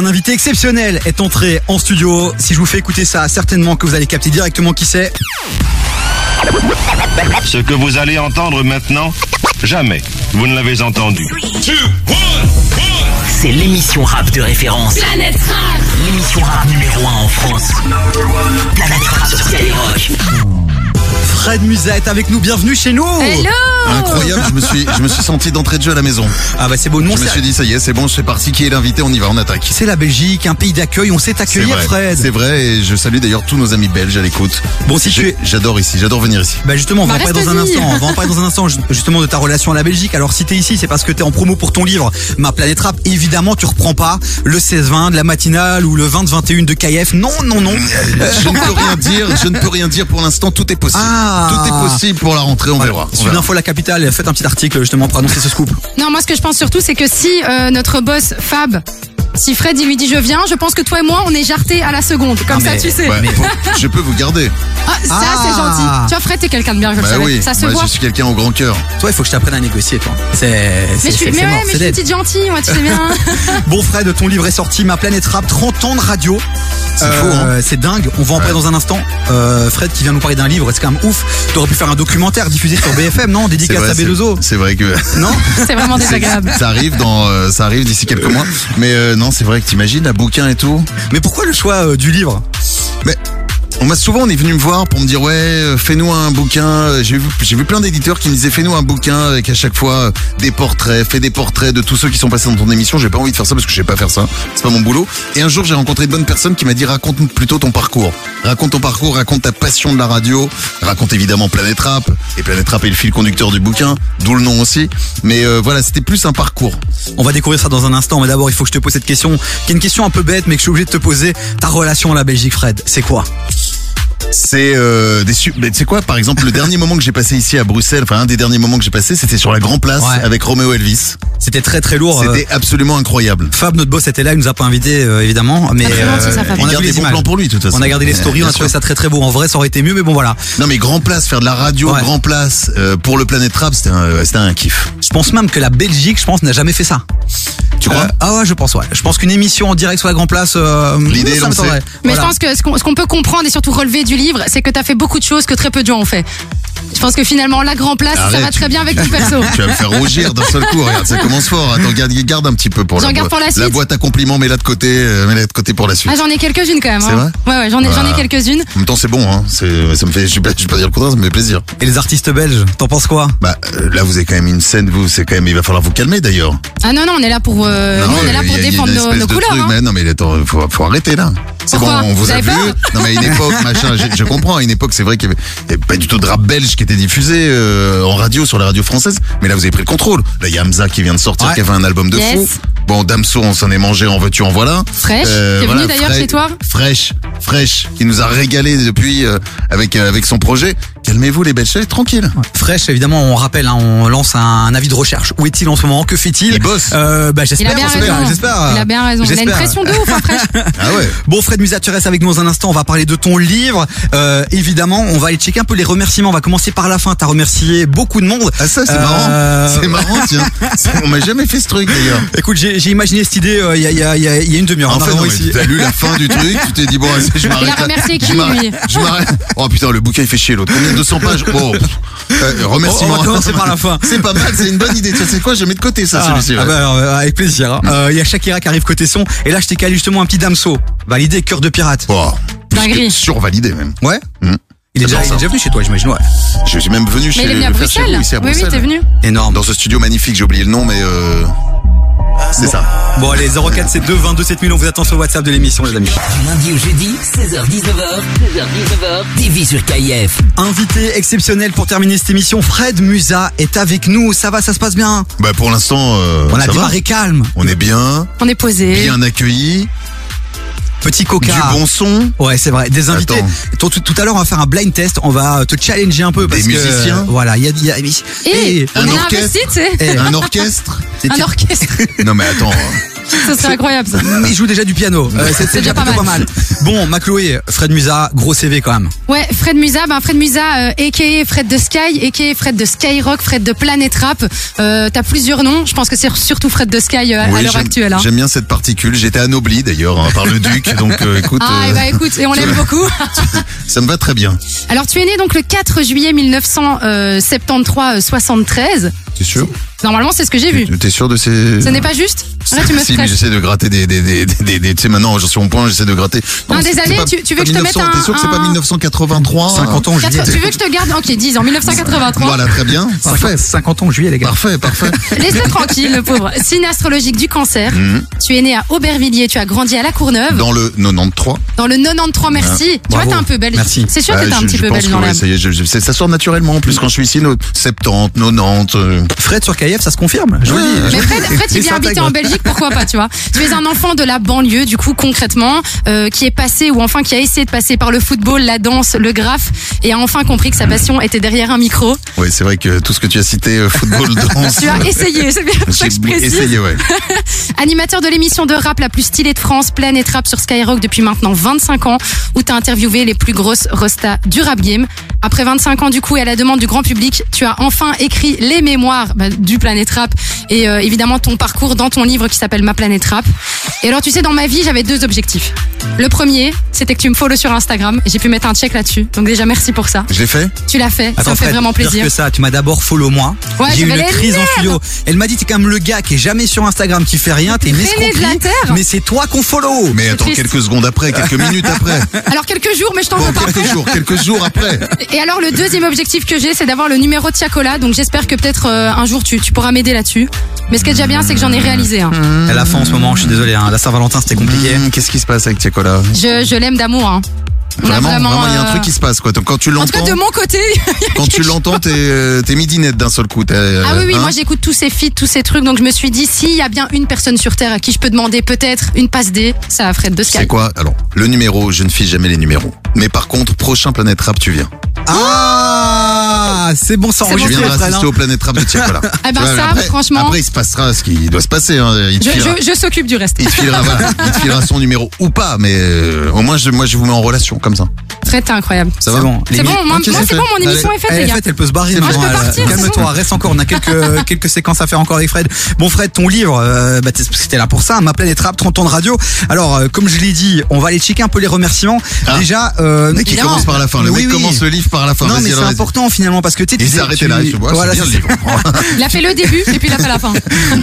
Un invité exceptionnel est entré en studio. Si je vous fais écouter ça, certainement que vous allez capter directement qui c'est. Ce que vous allez entendre maintenant, jamais vous ne l'avez entendu. C'est l'émission rap de référence. Planète Rap L'émission rap numéro 1 en France. Planète Rap sur Skyrock. Fred Muset est avec nous. Bienvenue chez nous. Hello Incroyable, je me suis, je me suis senti d'entrée de jeu à la maison. Ah bah c'est beau. Nous, on Je me sait- suis dit, ça y est, c'est bon, c'est parti, qui est l'invité, on y va, on attaque. c'est la Belgique, un pays d'accueil. On sait C'est t'accueillir, vrai, c'est Fred. vrai, et je salue d'ailleurs tous nos amis belges à l'écoute. Bon, si tu J'ai- es. J'adore ici, j'adore venir ici. Bah justement, on va Bah, en parler dans reste un ici. instant. On va en parler dans un instant ju- justement de ta relation à la Belgique. Alors si t'es ici, c'est parce que t'es en promo pour ton livre Ma Planète Rap. Évidemment, tu reprends pas le 16-20 de la matinale ou le 20-21 de KF. Non, non, non. Je ne peux rien dire, je ne peux rien dire pour l'instant, tout est possible. Ah. Tout est possible pour la rentrée, on verra. on C'est une verra. info la capitale. Faites un petit article justement pour annoncer ce scoop. Non, moi ce que je pense surtout, c'est que si euh, notre boss Fab, si Fred il lui dit je viens, je pense que toi et moi on est jartés à la seconde. Comme Ah, ça, mais- tu sais. Ouais, bon, je peux vous garder. Ah, ça, Ah. c'est gentil. Tu vois, Fred, t'es quelqu'un de bien, je le Bah savais. oui, ça se moi, voit. je suis quelqu'un au grand cœur. Toi, il faut que je t'apprenne à négocier, toi. C'est, Mais c'est, je suis, c'est, mais c'est ouais, mort, mais c'est je suis une dead. petite gentille, moi, tu sais bien. Bon Fred, ton livre est sorti, Ma Planète Rap, 30 ans de radio. C'est Euh, fou, hein. c'est dingue. On va en parler dans un instant. Euh, Fred qui vient nous parler d'un livre, c'est quand même ouf. T'aurais pu faire un documentaire diffusé sur BFM, non C'est Dédicace vrai, à c'est- Belozo. c'est vrai que Non C'est vraiment désagréable. ça arrive dans, euh, ça arrive d'ici quelques mois. Mais euh, non, c'est vrai que t'imagines, la bouquin et tout. Mais pourquoi le choix euh, du livre Mais on m'a souvent on est venu me voir pour me dire ouais euh, fais-nous un bouquin. J'ai vu j'ai vu plein d'éditeurs qui me disaient fais-nous un bouquin avec à chaque fois euh, des portraits, fais des portraits de tous ceux qui sont passés dans ton émission. J'ai pas envie de faire ça parce que je sais pas faire ça. C'est pas mon boulot. Et un jour j'ai rencontré une bonne personne qui m'a dit raconte plutôt ton parcours. Raconte ton parcours, raconte ta passion de la radio, raconte évidemment Planète Rap et Planète Rap est le fil conducteur du bouquin, d'où le nom aussi. Mais euh, voilà c'était plus un parcours. On va découvrir ça dans un instant, mais d'abord il faut que je te pose cette question, qui est une question un peu bête, mais que je suis obligé de te poser. Ta relation à la Belgique, Fred, c'est quoi C'est euh, des su- mais tu sais quoi par exemple le dernier moment que j'ai passé ici à Bruxelles, enfin un des derniers moments que j'ai passé c'était sur la Grand Place Ouais. avec Roméo Elvis. C'était très très lourd. euh, C'était absolument incroyable. Fab, notre boss, était là, il nous a pas invité évidemment, mais très gentil, ça, Fab. on Il a garde vu des les bons images. plans pour lui, de toute façon. euh, On a gardé les Ouais, stories, on bien a trouvé sûr. ça très très beau. En vrai, ça aurait été mieux, mais bon voilà. Non mais grand place, faire de la radio, Ouais. grand place euh, pour le Planète Rap, c'était un, euh, c'était un kiff. Je pense même que la Belgique, je pense, n'a jamais fait ça. Tu crois Euh, Ah ouais, je pense, ouais. Je pense qu'une émission en direct sur la Grand Place, euh, L'idée est ça lancée. m'étonnerait. Mais Voilà. je pense que ce qu'on ce qu'on peut comprendre et surtout relever du livre, c'est que t'as fait beaucoup de choses que très peu de gens ont fait. Je pense que finalement, la grand place, ça Arrête, va tu- très bien avec ton perso. Tu vas me faire rougir d'un seul coup. Regarde, ça commence fort. Attends, garde, garde un petit peu pour J'en la, garde boîte. pour la suite. boîte à compliments, mets-la de côté, euh, mets-la de côté pour la suite. Ah, j'en ai quelques-unes quand même. C'est hein. Ouais, ouais, j'en ai, j'en ai Voilà. quelques-unes. En même temps, c'est bon. Hein. C'est- Ça me fait, je vais pas, je vais pas dire le contraire, ça me fait plaisir. Et les artistes belges, t'en penses quoi Bah euh, là, vous avez quand même une scène. Vous, c'est quand même. Il va falloir vous calmer d'ailleurs. Ah non, non, on est là pour, euh, nous, on est là il y pour a- il y a défendre une nos, espèce nos de couleurs. truc, hein. mais non, mais attends, faut, faut arrêter là. C'est bon, Pourquoi on vous, Vous a avez vu. peur Non, mais à une époque, machin, je, je comprends. À une époque, c'est vrai qu'il y avait, il y avait pas du tout de rap belge qui était diffusé euh, en radio sur la radio française. Mais là, vous avez pris le contrôle. Là, il y a Hamza qui vient de sortir, Ouais. qui a fait un album de Yes. fou. Bon, Damso, on s'en est mangé, en veux-tu, en voilà. Euh, Fresh, qui est venu d'ailleurs Fre- chez toi. Fresh, Fresh, qui nous a régalé depuis euh, avec euh, avec son projet. Calmez-vous les belges, tranquille. Fresh, évidemment, on rappelle, hein, on lance un, un avis de recherche. Où est-il en ce moment Que fait-il Il bosse. Euh, bah, Il j'espère, a bien j'espère, raison. j'espère. Il a bien raison. Il a une J'espère. pression de ouf hein, après. Ah ouais. Bon, Fred Musat, tu restes avec nous dans un instant. On va parler de ton livre. Euh, évidemment, on va aller checker un peu les remerciements. On va commencer par la fin. T'as remercié beaucoup de monde. Ah ça c'est Euh, marrant. C'est marrant, tiens. On m'a jamais fait ce truc d'ailleurs. Écoute, j'ai j'ai imaginé cette idée euh, il y, a, il y a- il y a- Ah, il y a une demi-heure. Hein, En en fait, arrivant Ah, non, mais ici. t'as lu la fin du truc, tu t'es dit, bon, vas-y, je m'arrête. Il a là. remercié Je qui, m'arrête- lui Je m'arrête. Oh putain, le bouquin, il fait chier l'autre. Combien de 200 pages Bon, pff, euh, On- remerciement. on va commencer par la fin. C'est pas mal, c'est une bonne idée. Tu sais quoi, je mets de côté ça, Ah, celui-ci. ah ouais. bah, alors, euh, avec plaisir. hein. Euh, Il y a Shakira qui arrive côté son. Et là, je t'ai calé justement un petit damso. Validé, cœur de pirate. Oh, plus Dinguerie. que survalidé même. Ouais Hmm. il est, déjà, J'adore il est ça. déjà venu chez toi, j'imagine, ouais. Je suis même venu Mais chez il est le venu à le faire chez Bruxelles. vous, ici à Oui, oui, Bruxelles. t'es venu. Énorme. Dans ce studio magnifique, j'ai oublié le nom, mais euh, c'est ça. Bon, allez, 04 c'est 2 22 7000, on vous attend sur le WhatsApp de l'émission, les amis. Du lundi au jeudi, 16h19h. 16h19h. TV sur KIF. Invité exceptionnel pour terminer cette émission, Fred Musa est avec nous. Ça va, ça se passe bien Bah, pour l'instant, euh, On a ça va. démarré calme. On est bien, On est posé. bien accueillis, Petit du coca. bon son. Ouais, c'est vrai. Des invités. Attends. Tout, tout- tout à l'heure, on va faire un blind test. On va te challenger un peu Des parce que musiciens. voilà, il y a, il y a- Et Eh, on un a orchestre. investi, tu sais. eh, Un orchestre c'était- Un orchestre. Non mais attends, euh, Ce serait incroyable ça. Il joue déjà du piano. Euh, c'est- c'est déjà pas mal. pas mal. Bon, Macloé, Fred Musa, gros CV quand même. Ouais, Fred Musa, ben Fred Musa, euh, a.k.a. Fred de Sky, a.k.a. Fred de Skyrock, Fred de Planet Rap. Euh, T'as plusieurs noms, je pense que c'est surtout Fred de Sky euh, à- Oui, à l'heure j'aime- actuelle. hein. J'aime bien cette particule. J'étais anobli d'ailleurs hein, par le duc. Donc euh, écoute, Ah, euh, et bah écoute, et on l'aime beaucoup. ça me va très bien. Alors tu es né donc le 4 juillet euh, 1973-73. T'es sûr Normalement, c'est ce que j'ai vu. T'es sûr de ces. Ce n'est pas juste Là, tu me si, mais stresses. j'essaie de gratter des. des, des, des, des- des- tu sais, maintenant, je suis au point, j'essaie de gratter. Un des c'est- c'est années, pas- tu- tu veux pas que je te mette 1900, un- T'es sûr que c'est pas un- 1983 50 euh, ans, Quatre- juillet. Tu veux que je te garde Ok, 10 en 1983. Voilà, très bien. Parfait, 50 ans, juillet, les gars. parfait, parfait. Laisse-le tranquille, le pauvre. Signe astrologique du cancer. Mm. Tu es né à Aubervilliers, tu as grandi à La Courneuve, dans, Dans le 93. le 93, merci. tu vois, bravo, t'es un peu belge. merci. C'est sûr Ah, que t'es un je- petit je peu pense belge que dans ouais, l'âme. ça, y est, je- je- c'est- ça sort naturellement en plus quand je suis ici, nos 70, 90. euh, Fred sur KF, ça se confirme. Je vous le dis. Mais Fred, Fred, il Et vient habiter s'intègre. en Belgique, pourquoi pas, tu vois Tu es un enfant de la banlieue, du coup, concrètement, euh, qui est passé ou enfin qui a essayé de passer par le football, la danse, le graphe, et a enfin compris que sa passion était derrière un micro. Ouais, c'est vrai que tout ce que tu as cité, euh, football, danse. euh, Tu as essayé, c'est bien pour ça J'ai que je précise. essayé, ouais. Animateur de l'émission de rap la plus stylée de France, Planète Rap sur Skyrock depuis maintenant 25 ans, où t'as interviewé les plus grosses rostas du rap game. Après 25 ans du coup et à la demande du grand public, tu as enfin écrit les mémoires bah, du Planète Rap et euh, évidemment ton parcours dans ton livre qui s'appelle Ma Planète Rap. Et alors tu sais, dans ma vie, j'avais deux objectifs. Le premier, c'était que tu me follow sur Instagram. J'ai pu mettre un check là-dessus. Donc déjà, merci pour ça. Je l'ai fait Tu l'as fait. ça Attends, me fait Fred, vraiment pire plaisir. que ça, tu m'as d'abord follow moi. Ouais, J'ai eu j'avais une la crise en philo. Elle m'a dit t'es quand même le gars qui est jamais sur Instagram, qui fait rien, t'es une Traîné de escroquerie. la terre. Mais c'est toi qu'on follow. Mais attends, triste. quelques secondes après, quelques minutes après. Alors quelques jours, mais je t'en Bon, veux pas. quelques jours, quelques jours après. Et alors le deuxième objectif que j'ai, c'est d'avoir le numéro de Tiakola. Donc j'espère que peut-être euh, un jour tu, tu pourras m'aider là-dessus. Mais ce qui est déjà bien, c'est que j'en ai réalisé. hein. Mhm. Elle a faim en ce moment, je suis désolé. hein. La Saint-Valentin, c'était compliqué. Hum, Qu'est-ce qui se passe avec Tiakola Je, je l'aime d'amour. hein. On a Vraiment, vraiment, vraiment, il y a un euh, truc qui se Euh, passe, quoi. Donc, Quand tu En tout cas, l'entends, de mon côté. quand tu l'entends, t'es, euh, t'es midinette d'un seul coup. t'es, euh, ah oui, oui, hein moi j'écoute tous ces feats, tous ces trucs. Donc je me suis dit, s'il y a bien une personne sur Terre à qui je peux demander peut-être une passe D, ça à Fred de Sky. C'est quoi Alors, le numéro, je ne fiche jamais les numéros. Mais par contre, prochain Planète Rap, tu viens. Ah, c'est bon, ça Tu enregistre. viendras Fred, hein. assister au Planète Rap de Tiakola. Ah ben Tu vois, ça, après, franchement- Après, il se passera ce qui doit se passer. hein. Il te Je, filera- je- je s'occupe du reste. il te filera, voilà, il te filera son numéro ou pas, mais euh, au moins, je, moi, je vous mets en relation comme ça. Fred, t'es incroyable. Ça va C'est bon. C'est Les bon, mi- moi, tu moi, sais c'est faire. bon, mon émission Allez, est faite, elle les est gars. faite, Eh, elle peut se Ah, barrer. Moi, je maintenant, peux elle- partir, c'est Calme-toi, reste encore. On a quelques quelques séquences à faire encore avec Fred. Bon, Fred, ton livre, euh, bah, t'es- c'était là pour ça. Ma planète rap, 30 ans de radio. Alors, euh, comme je l'ai dit, on va aller checker un peu les remerciements. Ah. Déjà, euh, Le mec, il évidemment. commence par la fin. Le Oui, mec oui. commence le livre par la fin. Non, Vas-y, mais c'est alors, vas-y. important finalement parce que tu sais, Il tu- s'est arrêté tu- là. Tu vois, voilà, c'est bien c'est- le livre. Il a fait le début et puis il a fait la fin.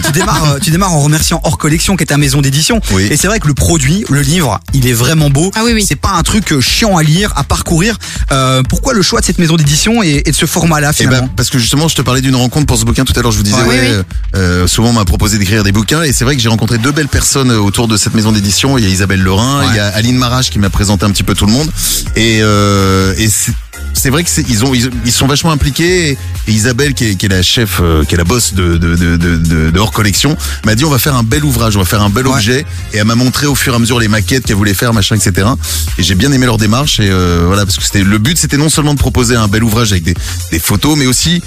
tu démarres, euh, tu démarres en remerciant hors collection qui est ta maison d'édition. Oui. Et c'est vrai que le produit, le livre, il est vraiment beau. Ah oui, oui. C'est pas un truc euh, chiant à lire, à parcourir. Euh, pourquoi le choix de cette maison d'édition et, et de ce format-là Eh finalement ben, parce que justement, je te parlais d'une rencontre pour ce bouquin tout à l'heure. Je vous disais, Ouais. ouais, Oui, oui. euh, euh, souvent on m'a proposé d'écrire des bouquins, et c'est vrai que j'ai rencontré deux belles personnes euh, autour de cette maison d'édition. Il y a Isabelle Lorrain, Ouais. il y a Aline Marache qui m'a présenté un petit peu tout le monde, et, euh, et c'est c'est vrai que c'est- ils ont ils, ils sont vachement impliqués. Et Isabelle, qui est, qui est la chef, euh, qui est la boss de de, de, de, de- de hors collection, m'a dit on va faire un bel ouvrage, on va faire un bel Ouais. objet. Et elle m'a montré au fur et à mesure les maquettes qu'elle voulait faire, machin, etc. Et j'ai bien aimé leur démarche. Et euh, voilà, parce que c'était le but, c'était non seulement de proposer un bel ouvrage avec des, des photos, mais aussi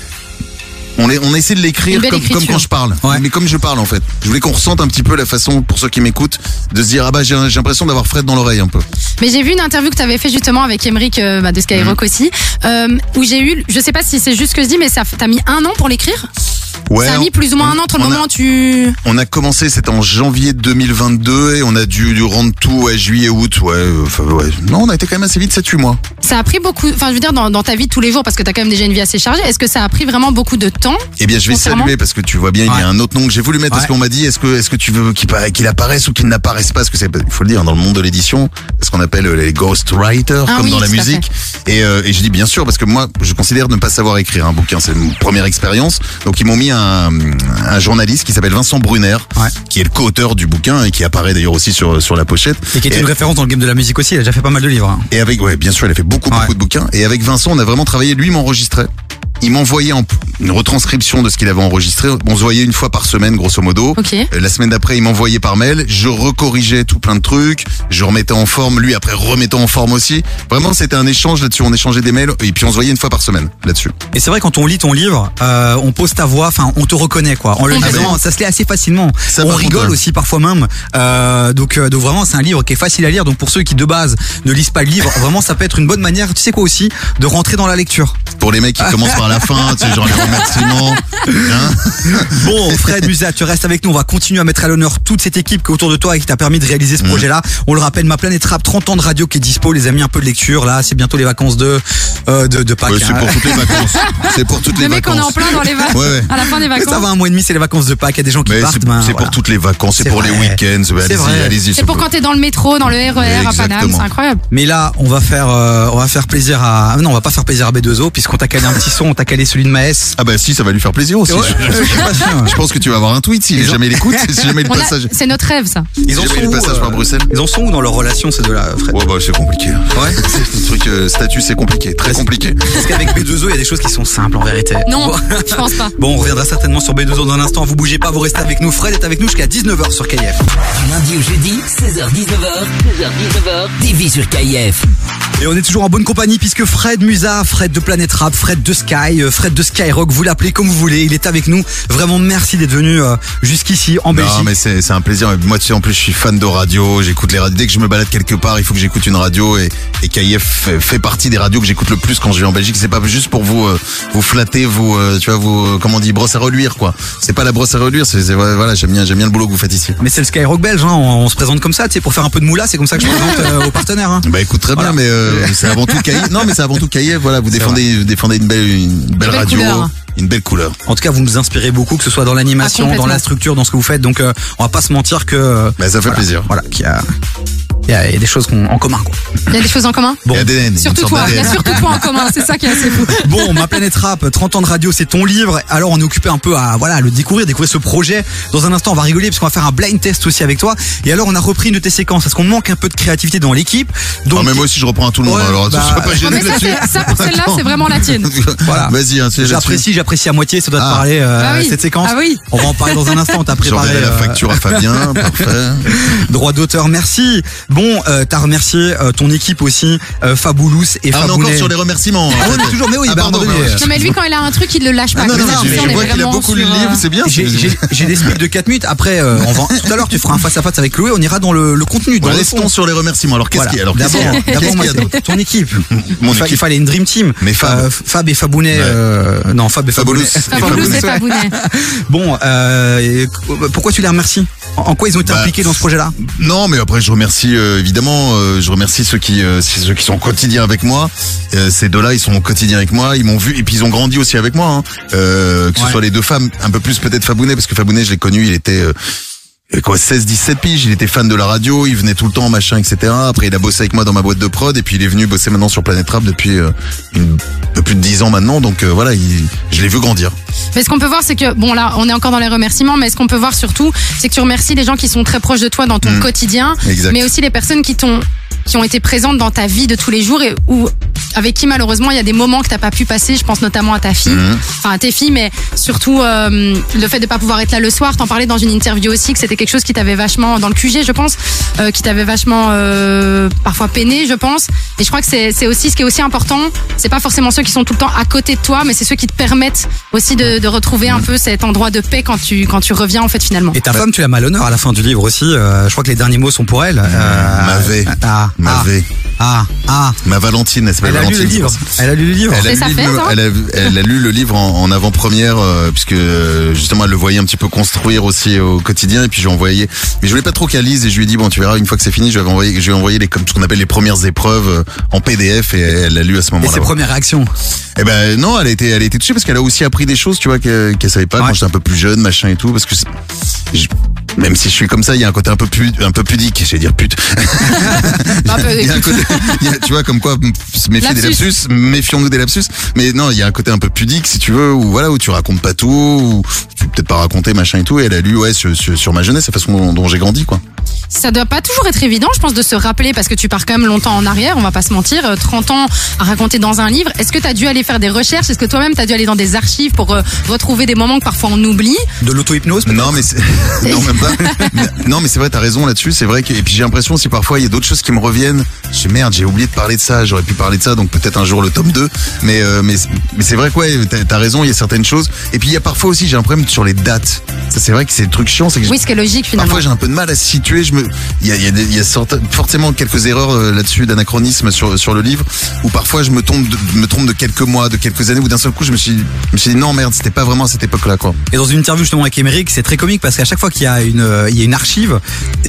on, les- on essaie de l'écrire Une belle comme, comme écriture. quand je parle, Ouais. mais comme je parle en fait. Je voulais qu'on ressente un petit peu la façon, pour ceux qui m'écoutent, de se dire ah bah j'ai j'ai l'impression d'avoir Fred dans l'oreille un peu. Mais j'ai vu une interview que tu avais fait justement avec Emeric euh, bah, de Mhm. Skyrock aussi, euh, où j'ai eu, je sais pas si c'est juste ce que je dis, mais ça, f- t'as mis un an pour l'écrire. Ouais. ça a mis plus ou moins un an entre le on a- moment où tu. On a commencé, c'était en janvier 2022 et on a dû lui rendre tout à juillet, août. Ouais, euh, enfin, ouais. Non, on a été quand même assez vite, 7-8 mois. Ça a pris beaucoup, enfin je veux dire dans, dans ta vie de tous les jours parce que t'as quand même déjà une vie assez chargée. Est-ce que ça a pris vraiment beaucoup de temps Eh bien, je vais Sincèrement saluer parce que tu vois bien, il y Ouais. a un autre nom que j'ai voulu mettre parce Ouais. qu'on m'a dit est-ce que, est-ce que tu veux qu'il para- qu'il apparaisse ou qu'il n'apparaisse pas Parce que c'est, il faut le dire, dans le monde de l'édition, c'est ce qu'on appelle euh, les ghostwriters, Ah comme oui, dans la tout à musique. Et, euh, et je dis bien sûr parce que moi, je considère ne pas savoir écrire un bouquin. C'est une première expérience. Donc, ils m'ont mis un, un journaliste qui s'appelle Vincent Brunner, Ouais. qui est le co-auteur du bouquin et qui apparaît d'ailleurs aussi sur, sur la pochette. Et qui était Et- une référence dans le game de la musique aussi, elle a déjà fait pas mal de livres. hein. Et avec, ouais, bien sûr, il a fait beaucoup, Ouais. beaucoup de bouquins. Et avec Vincent, on a vraiment travaillé. Lui m'enregistrait. il m'envoyait en- une retranscription de ce qu'il avait enregistré. On se voyait une fois par semaine, grosso modo. Ok. Euh, La semaine d'après, il m'envoyait par mail. Je recorrigeais tout plein de trucs. Je remettais en forme. Lui, après, remettait en forme aussi. Vraiment, c'était un échange là-dessus. On échangeait des mails et puis on se voyait une fois par semaine là-dessus. Et c'est vrai quand on lit ton livre, euh, on pose ta voix, enfin on te reconnaît quoi. En le Ah lisant, ça se lit assez facilement. Ça, on par rigole contre, ouais. aussi parfois même. Euh, donc, euh, donc vraiment c'est un livre qui est facile à lire. Donc pour ceux qui de base ne lisent pas le livre, vraiment ça peut être une bonne manière. Tu sais quoi aussi de rentrer dans la lecture. Pour les mecs qui commencent par la fin, tu sais, genre les remerciements. hein. Bon Fred Musa, tu restes avec nous. On va continuer à mettre à l'honneur toute cette équipe qui est autour de toi et qui t'a permis de réaliser Mm. ce projet-là. On le rappelle, ma planète rap, 30 ans de radio qui est dispo. Les amis, un peu de lecture. Là, c'est bientôt les vacances de euh, de, de Pâques. Ouais, c'est hein. pour toutes les vacances. C'est pour toutes les Le mec, on vacances. est en plein dans les vacances. Ouais, ouais. À la fin des vacances. Ça va un mois et demi, c'est les vacances de Pâques. Il y a des gens qui Mais c'est partent. ben, c'est voilà. pour toutes les vacances, c'est C'est pour les vrai. week-ends. Bah, C'est Allez-y, vrai. allez-y. C'est pour quand t'es dans le métro, dans le RER à Paname, Exactement. c'est incroyable. Mais là, on va faire, euh, on va faire plaisir à. Non, on va pas faire plaisir à B2O puisqu'on t'a calé un petit son, on t'a calé celui de Maes. Ah bah si, ça va lui faire plaisir aussi. Ouais, Je- je suis pas sûr. Je pense que tu vas avoir un tweet s'il ont- jamais l'écoute, si jamais le On a- passage. C'est notre rêve, ça. Ils en J'ai sont pris le où, passage euh, par Bruxelles. Ils en sont où dans leur relation ces deux-là, Fred Ouais bah c'est compliqué. Ouais. C'est un truc euh, statut c'est compliqué, très compliqué. Parce qu'avec B2O, il y a des choses qui sont simples en vérité. Non, Bon. je pense pas. Bon, on reviendra certainement sur B2O dans un instant. Vous bougez pas, vous restez avec nous. Fred est avec nous jusqu'à 19h sur KF. Du lundi au jeudi, 16h-19h, 16h-19h, TV sur KIF. Et on est toujours en bonne compagnie puisque Fred Musa, Fred de Planète Rap, Fred de Sky, euh, Fred de Skyrock, vous l'appelez comme vous voulez. Il est avec nous. Vraiment, merci d'être venu euh, jusqu'ici en Belgique. Non mais c'est c'est un plaisir. Moi tu sais en plus je suis fan de radio, j'écoute les radios. Dès que je me balade quelque part, il faut que j'écoute une radio et, et KIF fait, fait partie des radios que j'écoute le plus quand je vais en Belgique. C'est pas juste pour vous euh, vous flatter, vous euh, tu vois vous euh, comment on dit brosse à reluire quoi. C'est pas la brosse à reluire, c'est c'est- ouais, voilà j'aime bien j'aime bien le boulot que vous faites ici. Mais c'est le Skyrock belge, hein, on, on se présente comme ça, tu sais, pour faire un peu de moula, c'est comme ça que je présente euh, aux partenaires. hein. Bah écoute très Voilà. bien, mais euh, c'est avant tout Kayev. Non, mais c'est avant tout Kayev. Voilà, vous défendez, vous défendez une belle, une belle, belle radio, couleur. une belle couleur. En tout cas, vous nous inspirez beaucoup, que ce soit dans Ah, l'animation, complètement. dans la structure, dans ce que vous faites. Donc, euh, on va pas se mentir que euh, Bah ça fait plaisir. voilà, qu'il y a, il y a- il y a des choses qu'on- en commun. Quoi. Il y a des choses en commun Il y a des naines, Surtout une sorte toi, il y a d'ADN. surtout toi en commun, c'est ça qui est assez fou. Bon, ma planète rap, 30 ans de radio, c'est ton livre. Alors, on est occupé un peu à voilà à le découvrir, découvrir ce projet. Dans un instant, on va rigoler parce qu'on va faire un blind test aussi avec toi. Et alors, on a repris une de tes séquences parce qu'on manque un peu de créativité dans l'équipe. Donc, Non, Ah, mais moi aussi je reprends à tout le monde. Ouais, alors, bah, sois pas Ouais, gêné mais ça, là-dessus. c'est- ça, pour celle-là, c'est vraiment la tienne. Voilà. Vas-y, hein, tu sais, là-dessus. j'apprécie, j'apprécie à moitié. Ça doit Ah. te parler euh, Ah oui. cette séquence. Ah oui. On va en parler dans un instant. On t'a préparé J'enverrai la euh, facture à Fabien. Parfait. Ah, Droit d'auteur, merci. Bon, euh, t'as remercié euh, ton équipe aussi, euh, Faboulous et Ah, on est Fabounet. encore sur les remerciements. Ah, on est toujours, mais oui, Ah, bah, pardon, abandonné. mais ouais, je- Non, mais lui, quand il a un truc, il le lâche pas. Ah, non, non, Comme ça, mais on je, est je vois qu'il a vraiment beaucoup lu sur, le livre, euh, c'est bien. J'ai- c'est- J'ai j'ai des speaks de 4 minutes. Après, euh, on va, tout à l'heure, tu feras un face à face avec Chloé. On ira dans le, le contenu. Dans Bon, le fond. Restons sur les remerciements. Alors qu'est-ce Voilà. qu'il y a Alors qu'est-ce D'abord, qu'il y a d'abord, Qu'est-ce qu'il y a moi, c'est ton équipe. Mon Il fa- Il équipe. fallait une dream team. Mais Fab. Euh, Fab et Fabounet. euh, non, Fab et Fabounet. Faboulous. Enfin, Fabulous, Blues et ouais. Fabounet. Bon, euh, et pourquoi tu les remercies en, en quoi ils ont été Bah, impliqués dans ce projet-là Non, mais après je remercie euh, évidemment, euh, je remercie ceux qui euh, ceux qui sont au quotidien avec moi. Euh, ces deux-là, ils sont au quotidien avec moi, ils m'ont vu et puis ils ont grandi aussi avec moi. hein. Euh, que ce Ouais. soit les deux femmes, un peu plus peut-être Fabounet parce que Fabounet, je l'ai connu, il était euh, euh, quoi 16 17 piges, il était fan de la radio, il venait tout le temps machin etc. Après il a bossé avec moi dans ma boîte de prod et puis il est venu bosser maintenant sur Planète Rap depuis euh, une- un peu plus de 10 ans maintenant donc euh, voilà, il- je l'ai vu grandir. Mais ce qu'on peut voir, c'est que, bon, là, on est encore dans les remerciements, mais ce qu'on peut voir surtout, c'est que tu remercies les gens qui sont très proches de toi dans ton Mm. quotidien, Exact. mais aussi les personnes qui t'ont qui ont été présentes dans ta vie de tous les jours et où avec qui malheureusement il y a des moments que t'as pas pu passer je pense notamment à ta fille Mhm. enfin à tes filles mais surtout euh, le fait de pas pouvoir être là le soir t'en parlais dans une interview aussi que c'était quelque chose qui t'avait vachement dans le QG je pense euh, qui t'avait vachement euh, parfois peiné je pense et je crois que c'est c'est aussi ce qui est aussi important c'est pas forcément ceux qui sont tout le temps à côté de toi mais c'est ceux qui te permettent aussi de, de retrouver un peu cet endroit de paix quand tu quand tu reviens en fait finalement Et ta bah. femme, tu la malhonneur à la fin du livre aussi. Euh, je crois que les derniers mots sont pour elle. Euh, Mavé. Ah, ah, Mavé, ah, ah. ma Valentine, elle s'appelle Elle a lu Valentine. le livre. Elle a lu le livre. Elle a, C'est lu sa le fête, livre- hein elle, a, elle a lu le livre en, en avant-première euh, puisque euh, justement elle le voyait un petit peu construire aussi au quotidien et puis je lui ai envoyé mais je voulais pas trop qu'elle lise et je lui ai dit bon tu verras une fois que c'est fini je lui avais envoyé je lui ai envoyé les comme ce qu'on appelle les premières épreuves euh, en PDF et elle a lu à ce Et moment-là. ses ouais. premières réactions. Eh ben non, elle a été, elle a été touchée parce qu'elle a aussi appris des choses, tu vois, que- qu'elle savait pas Ouais. quand j'étais un peu plus jeune, machin et tout, parce que c'est- je- Même si je suis comme ça, il y a un côté un peu, pu- un peu pudique, j'allais dire pute. Bah, bah, Il y a un écoute, côté, il y a- tu vois, comme quoi, m- se méfier des Lapsus. lapsus, méfions-nous des lapsus. Mais non, il y a un côté un peu pudique, si tu veux, où voilà, où tu racontes pas tout, où tu peux peut-être pas raconter machin et tout. Et elle a lu, ouais, sur, sur- sur ma jeunesse, la façon dont, dont j'ai grandi, quoi. Ça doit pas toujours être évident, je pense, de se rappeler parce que tu pars quand même longtemps en arrière, on va pas se mentir, euh, 30 ans à raconter dans un livre. Est-ce que t'as dû aller faire des recherches Est-ce que toi-même t'as dû aller dans des archives pour euh, retrouver des moments que parfois on oublie De l'auto-hypnose peut-être Non, mais c'est, non, même pas. Mais- non, mais c'est vrai, t'as raison là-dessus. C'est vrai que, et puis j'ai l'impression si parfois il y a d'autres choses qui me reviennent. Je dis, merde, j'ai oublié de parler de ça. J'aurais pu parler de ça, donc peut-être un jour le tome 2. Mais, euh, mais, mais c'est vrai que ouais, t'as, t'as raison, il y a certaines choses. Et puis il y a parfois aussi, j'ai un problème sur les dates. Ça, c'est vrai que c'est le truc chiant, c'est que j'ai- Oui, ce qui est logique finalement. Parfois, j'ai un peu de mal à se situer. Je me, il y a, il y a des- il y a sorta- forcément quelques erreurs euh, là-dessus d'anachronisme sur sur le livre. Ou parfois, je me tombe, de, me trompe de quelques mois, de quelques années. Ou d'un seul coup, je me suis, je me suis dit non merde, c'était pas vraiment à cette époque-là, quoi. Et dans une interview justement avec Émeric, c'est très comique parce qu'à chaque fois qu'il y a une euh, il y a une archive,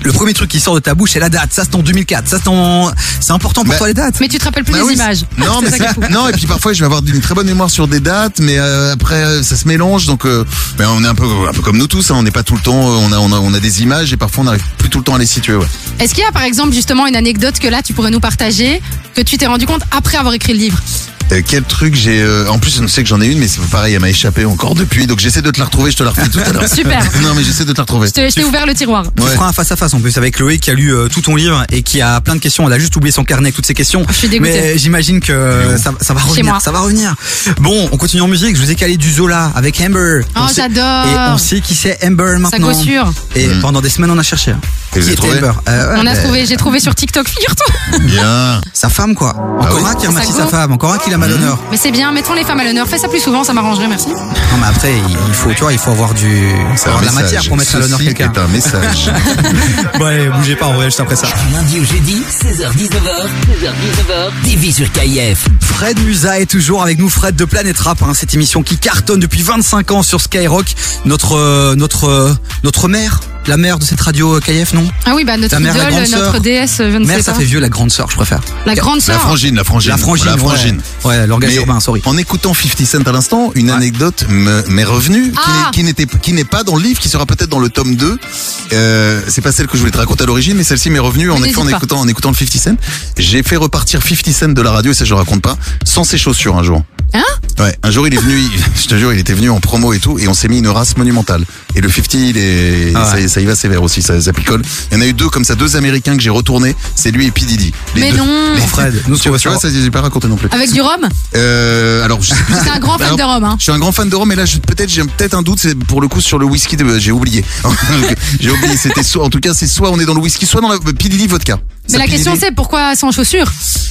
le premier truc qui sort de ta bouche c'est la date. Ça c'est en 2004. Ça c'est en c'est important pour Bah, toi les dates. Mais tu te rappelles plus Bah des oui, images. c'est- Non, C'est mais ça qui est c'est- fou. non, et puis parfois je vais avoir une très bonne mémoire sur des dates, mais euh, après euh, ça se mélange, donc euh, ben, on est un peu, un peu comme nous tous, hein, on n'est pas tout le temps, euh, on a, on a, on a des images et parfois on n'arrive plus tout le temps à les situer. Ouais. Est-ce qu'il y a par exemple justement une anecdote que là tu pourrais nous partager que tu t'es rendu compte après avoir écrit le livre Euh, quel truc j'ai, euh, en plus je sais que j'en ai une, mais c'est pareil, elle m'a échappé encore depuis, donc j'essaie de te la retrouver, je te la refais tout à l'heure. Super. non, mais j'essaie de te la retrouver. Je te- je t'ai ouvert le tiroir. Tu Ouais. feras un face à face en plus avec Loé qui a lu euh, tout ton livre et qui a plein de questions. Elle a juste oublié son carnet avec toutes ces questions. Ah, Je suis dégoûtée. Mais j'imagine que euh, ça, ça va Chez revenir. moi. Ça va revenir. Bon, on continue en musique. Je vous ai calé du Zola avec Amber. Oh, On sait- j'adore. Et on sait qui c'est Amber Ça maintenant. gossure. Et pendant des semaines on a cherché. hein. Mm. Qui Et vous avez est trouvé Amber Euh, ouais, On a bah, trouvé, j'ai trouvé sur TikTok, figure-toi. Bien. Sa femme quoi. Ah Encore oui. un qui remercie Ça sa go. femme. Encore un qui la mal honneur. Mais c'est bien, mettons les femmes à l'honneur. Fais ça plus souvent, ça m'arrangerait, merci. Non mais après il faut tu vois il faut avoir du C'est avoir un de la message. matière pour mettre à l'honneur Ceci quelqu'un. est un message. Bon allez bougez pas on revient juste après ça. Du lundi au jeudi, 16h19h, 16h19h, TV sur KIF. Fred Musa est toujours avec nous Fred de Planète Rap hein, cette émission qui cartonne depuis 25 ans sur Skyrock notre euh, notre euh, notre mère la mère de cette radio euh, KF non Ah oui, bah notre Ta mère, la idole, grande notre sœur. déesse, je ne mère sais ça pas. fait vieux la grande sœur je préfère La grande La sœur. frangine, la frangine. la frangine La ouais. frangine. ouais, l'organe Mais urbain sorry En écoutant 50 Cent à l'instant, une Ouais. anecdote me- m'est revenue qui Ah. n'est- qui n'était qui n'est pas dans le livre, qui sera peut-être dans le tome 2. Euh, c'est pas celle que je voulais te raconter à l'origine, mais celle-ci m'est revenue en Mais effet en n'hésite pas. écoutant en écoutant le 50 Cent. J'ai fait repartir 50 Cent de la radio et ça je le raconte pas sans ses chaussures un jour. Hein Ouais, un jour il est venu, il- je te jure, il était venu en promo et tout, et on s'est mis une race monumentale. Et le 50, il est, Ah ouais. ça, ça y va sévère aussi, ça, ça picole. Il y en a eu deux comme ça, deux Américains que j'ai retournés, c'est lui et P Diddy. Les Mais deux- non. les- Fred, nous, tu on veut vois, tu vois, ça j'ai pas raconté non plus. Avec du rhum Euh, alors, je sais plus. T'es un grand fan Alors, de rhum, hein. Je suis un grand fan de rhum, mais là, je- peut-être, j'ai peut-être un doute, c'est pour le coup sur le whisky, de- j'ai oublié. j'ai oublié, c'était soit, en tout cas, c'est soit on est dans le whisky, soit dans la Pidili vodka. Mais Ça, la question Pidili. c'est pourquoi sans chaussures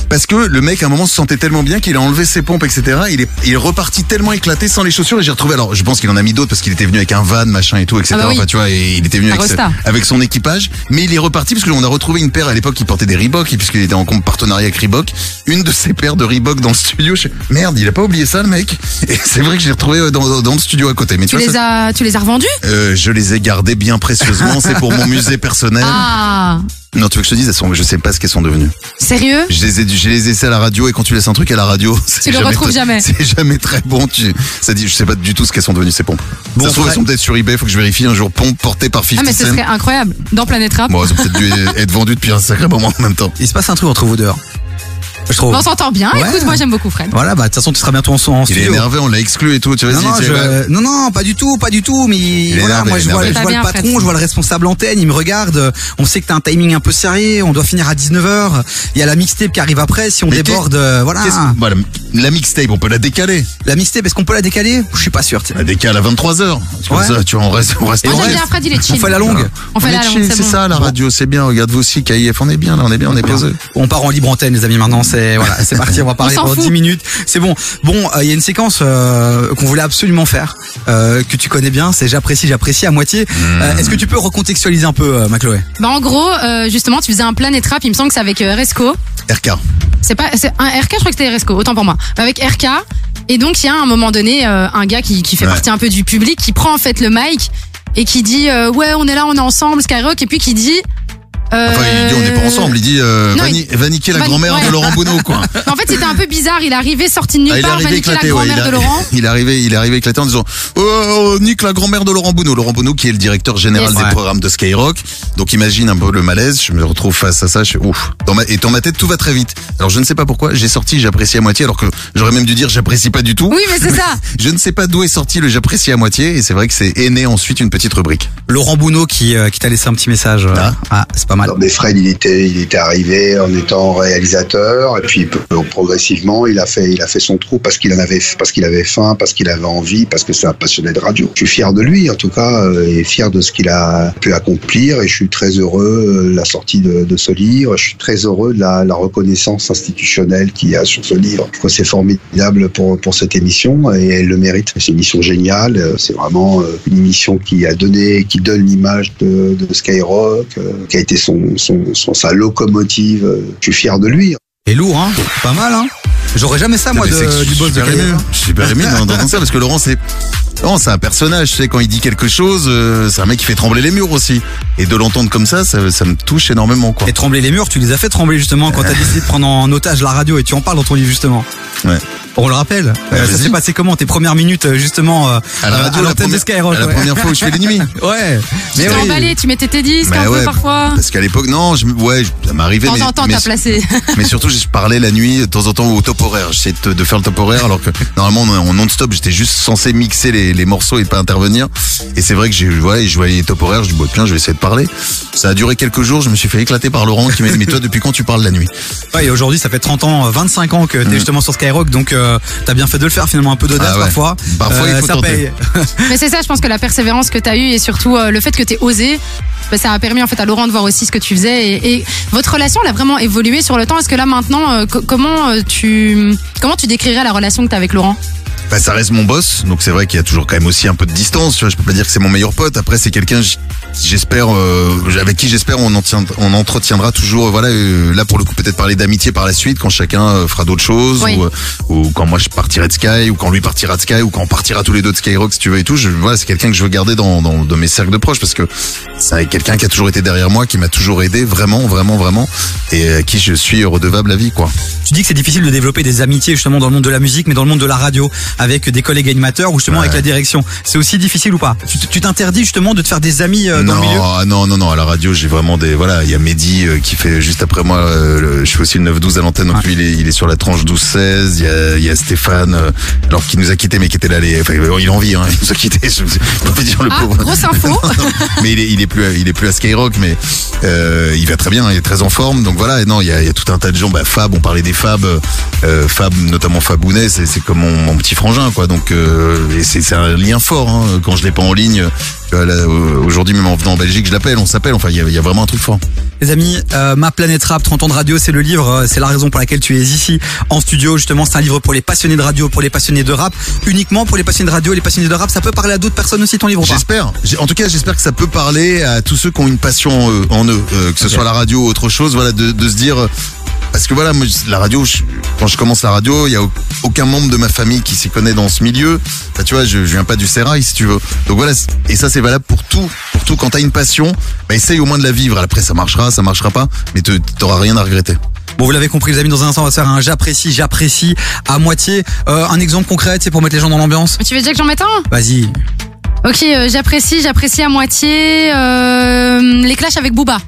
Parce que le mec, à un moment, se sentait tellement bien qu'il a enlevé ses pompes, etc. Il est, il est reparti tellement éclaté sans les chaussures et j'ai retrouvé, alors, je pense qu'il en a mis d'autres parce qu'il était venu avec un van, machin et tout, etc. Ah bah oui. Enfin, tu vois, et il était venu Un avec, resta. avec son équipage. Mais il est reparti parce que l'on a retrouvé une paire à l'époque qui portait des Reebok et puisqu'il était en compte partenariat avec Reebok. Une de ses paires de Reebok dans le studio. Je... Merde, il a pas oublié ça, le mec. Et c'est vrai que j'ai retrouvé euh, dans, dans, dans le studio à côté. Mais Tu tu, vois, les ça- as tu les as revendues euh, je les ai gardés bien précieusement. c'est pour mon musée personnel. Ah Non, tu veux que je te dise, elles sont, je sais pas ce qu'elles sont devenues. Sérieux Je les ai, je les ai laissés à la radio et quand tu laisses un truc à la radio, c'est le retrouves très- jamais. C'est jamais très bon. Tu, ça dit, je sais pas du tout ce qu'elles sont devenues ces pompes. Bon, ça se trouve, Fred- elles sont peut-être sur eBay. Faut que je vérifie un jour. Pompe portée par 50 Ah mais ce Cent. serait incroyable dans Planète Rap. Bon, elles ont peut-être dû être vendues depuis un sacré moment en même temps. il se passe un truc entre vous deux hein. je trouve On s'entend bien. Ouais. Écoute, moi j'aime beaucoup Fred. voilà bah de toute façon tu seras bientôt en, en Il est studio énervé, on l'a exclu et tout. Tu vois, Non vas-y, non, tu je- vois. non, non, pas du tout, pas du tout. Mais est voilà, énervé, moi je énervé. vois, je Très vois le bien, patron, Fred. je vois le responsable antenne, il me regarde. On sait que t'as un timing un peu serré, on doit finir à 19h. Il y a la mixtape qui arrive après, si on Mais déborde, euh, voilà. Qu'est-ce- voilà, la mixtape, on peut la décaler. La mixtape, est-ce qu'on peut la décaler Je suis pas sûr. tiens. La décale à 23h. Ouais. tu vois, on reste, on reste. Moi on Ah, j'aime reste. bien Fred, il est On chill. fait la longue. On fait est la longue, chill, c'est c'est bon. ça, la radio, c'est bien. Regarde vous aussi, KIF, on est bien, là, on est bien, on est posé. On part en libre antenne, les amis. Maintenant, c'est voilà, c'est parti. On va parler s'en pendant fout. 10 minutes. C'est bon. Bon, euh, il y a une séquence euh, qu'on voulait absolument faire, euh, que tu connais bien. C'est j'apprécie, j'apprécie à moitié. Hmm. Euh, Est-ce que tu peux recontextualiser un peu, euh, Macloé Bah en gros, euh, justement, tu faisais un Planète Rap, il me semble que c'est avec euh, Resco. RK. C'est pas, c'est un RK, je crois que c'était Resco, autant pour moi. Bah, Avec RK. Et donc, il y a un moment donné, euh, un gars qui, qui fait Ouais. partie un peu du public, qui prend en fait le mic et qui dit euh, Ouais, on est là, on est ensemble, Skyrock. Et puis qui dit Euh, Enfin, il dit on n'est pas ensemble. Il dit euh, Non, va, il- ni- va niquer la va ni- grand-mère ouais. de Laurent Bonneau, quoi. En fait, c'était un peu bizarre. Il est arrivé sorti de nulle Ah, il est part, arrivé vaniquer éclaté, la ouais, grand-mère il, a- de Laurent. il est arrivé, il est arrivé éclaté en disant oh, oh, nique la grand-mère de Laurent Bounot. Laurent Bounot qui est le directeur général Yes. des Ouais. programmes de Skyrock. Donc imagine un peu le malaise. Je me retrouve face à ça. Je suis ouf. Dans ma- et dans ma tête tout va très vite. Alors je ne sais pas pourquoi j'ai sorti j'apprécie à moitié alors que j'aurais même dû dire j'apprécie pas du tout. Oui, mais c'est ça. Je ne sais pas d'où est sorti le j'apprécie à moitié et c'est vrai que c'est est né ensuite une petite rubrique. Laurent Bounot qui, euh, qui t'a laissé un petit message. euh, Ah. ah, c'est pas mal. Alors, mais Fred, il était, il était arrivé en étant réalisateur, et puis peu- peu- progressivement, il a fait, il a fait son trou parce qu'il en avait, parce qu'il avait faim, parce qu'il avait envie, parce que c'est un passionné de radio. Je suis fier de lui, en tout cas, euh, et fier de ce qu'il a pu accomplir, et je suis très heureux euh, de la sortie de, de ce livre. Je suis très heureux de la, la reconnaissance institutionnelle qu'il y a sur ce livre. Je trouve que c'est formidable pour, pour cette émission, et elle le mérite. C'est une émission géniale. euh, C'est vraiment euh, une émission qui a donné, qui donne l'image de, de Skyrock, euh, qui a été son, son, son- sa locomotive. euh, Je suis fier de lui. Et lourd, hein Pas mal, hein J'aurais jamais ça, moi, Mais de- c'est que du je boss suis de super Calais. ému. Je suis super ému d'en- d'entendre ça parce que Laurent c'est Laurent, c'est un personnage, tu sais, quand il dit quelque chose, euh, c'est un mec qui fait trembler les murs aussi. Et de l'entendre comme ça, ça, ça me touche énormément, quoi. Et trembler les murs, tu les as fait trembler justement quand t'as décidé de prendre en otage la radio et tu en parles dans ton livre justement. Ouais. On le rappelle. Euh, ça vas-y. s'est passé comment tes premières minutes euh, justement euh, À la euh, radio, la l'antenne de première- Skyrock à la ouais. première fois où je fais l'ennemi. Ouais. Tu Mais t'es oui. emballé, tu mettais tes disques Bah un ouais, peu parfois. Parce qu'à l'époque, non, je, ouais, je- ça De m'arrivait, mais, temps en temps, mais, t'as placé. mais surtout, je parlais la nuit, de temps en temps, au top horaire. J'essayais de, de faire le top horaire, alors que normalement, en non-stop, j'étais juste censé mixer les, les morceaux et pas intervenir. Et c'est vrai que j'ai, ouais, je voyais les top horaires, je dis, bon, tiens, je vais essayer de parler. Ça a duré quelques jours, je me suis fait éclater par Laurent qui m'a dit, mais toi, depuis quand tu parles la nuit? Ouais, et aujourd'hui, ça fait 30 ans, euh, 25 ans que t'es justement sur Skyrock, donc euh, t'as bien fait de le faire finalement, un peu d'audace Mm. Ah ouais. parfois. Euh, Parfois, il faut ça tenter. paye. Mais c'est ça, je pense que la persévérance que tu as eue et surtout euh, le fait que tu osé, bah, ça a permis en fait à Laurent de voir aussi ce que tu faisais. Et, et votre relation, elle a vraiment évolué sur le temps. Est-ce que là maintenant, euh, co- comment, euh, tu, comment tu décrirais la relation que tu as avec Laurent Bah, ça reste mon boss, donc c'est vrai qu'il y a toujours quand même aussi un peu de distance. Tu vois, je peux pas dire que c'est mon meilleur pote. Après, c'est quelqu'un, j- j'espère, euh, avec qui j'espère on, en tient- on entretiendra toujours. euh, Voilà, euh, là pour le coup, peut-être parler d'amitié par la suite quand chacun euh, fera d'autres choses, Oui. ou, euh, ou quand moi je partirai de Sky, ou quand lui partira de Sky, ou quand on partira tous les deux de Skyrock, si tu veux et tout. Je, voilà, c'est quelqu'un que je veux garder dans, dans, dans mes cercles de proches parce que c'est quelqu'un qui a toujours été derrière moi, qui m'a toujours aidé, vraiment, vraiment, vraiment, et euh, à qui je suis redevable à vie, quoi. Tu dis que c'est difficile de développer des amitiés justement dans le monde de la musique, mais dans le monde de la radio, avec des collègues animateurs ou justement avec la direction. C'est aussi difficile ou pas Tu t- Tu t'interdis justement de te faire des amis euh, dans non, le milieu ah non, non, non, à la radio, j'ai vraiment des. Voilà, il y a Mehdi euh, qui fait juste après moi. euh, le- je fais aussi le 9-12 à l'antenne, donc Ouais. lui, il est, il est sur la tranche 12-16. Il y a, il y a Stéphane, euh, alors qui nous a quitté, mais qui était là. Les, enfin, il a envie, hein, il nous a quitté. Je, je peux dire le Ah, pauvre. grosse info mais il est, il est plus, à- il est plus à Skyrock, mais euh, il va très bien, il est très en forme. Donc voilà, et non, il y a, il y a tout un tas de gens. Bah, Fab, on parlait des Fab, euh, Fab, notamment Fabounet, c'est, c'est comme mon, mon petit frangin, quoi. Donc euh, et c'est, c'est un lien fort. hein. Quand je l'ai pas en ligne, tu vois, là, euh, aujourd'hui même en venant en Belgique, je l'appelle, on s'appelle. Enfin, il y a, il y a vraiment un truc fort. Les amis, euh, Ma Planète Rap, 30 ans de radio, c'est le livre, euh, c'est la raison pour laquelle tu es ici en studio. Justement, c'est un livre pour les passionnés de radio, pour les passionnés de rap, uniquement pour les passionnés de radio, les passionnés de rap. Ça peut parler à d'autres personnes aussi ton livre ou pas J'espère. J'ai- En tout cas, j'espère que ça peut parler à tous ceux qui ont une passion en eux, en eux, euh, que ce soit la radio ou autre chose. Voilà, de, de se dire. euh, Parce que voilà, moi, je- la radio, je- quand je commence la radio, il y a au- aucun membre de ma famille qui s'y connaît dans ce milieu. Enfin, tu vois, je, je viens pas du sérail, si tu veux. Donc voilà, c'est- et ça c'est valable pour tout, pour tout. Quand t'as une passion, bah, essaye au moins de la vivre. Après, ça marchera, ça marchera pas, mais te- t'auras rien à regretter. Bon, vous l'avez compris, les amis, dans un instant, on va se faire un j'apprécie, j'apprécie à moitié. Euh, un exemple concret, c'est pour mettre les gens dans l'ambiance. Tu veux déjà que j'en mette un Vas-y. Ok, euh, j'apprécie, j'apprécie à moitié euh, les clashs avec Booba.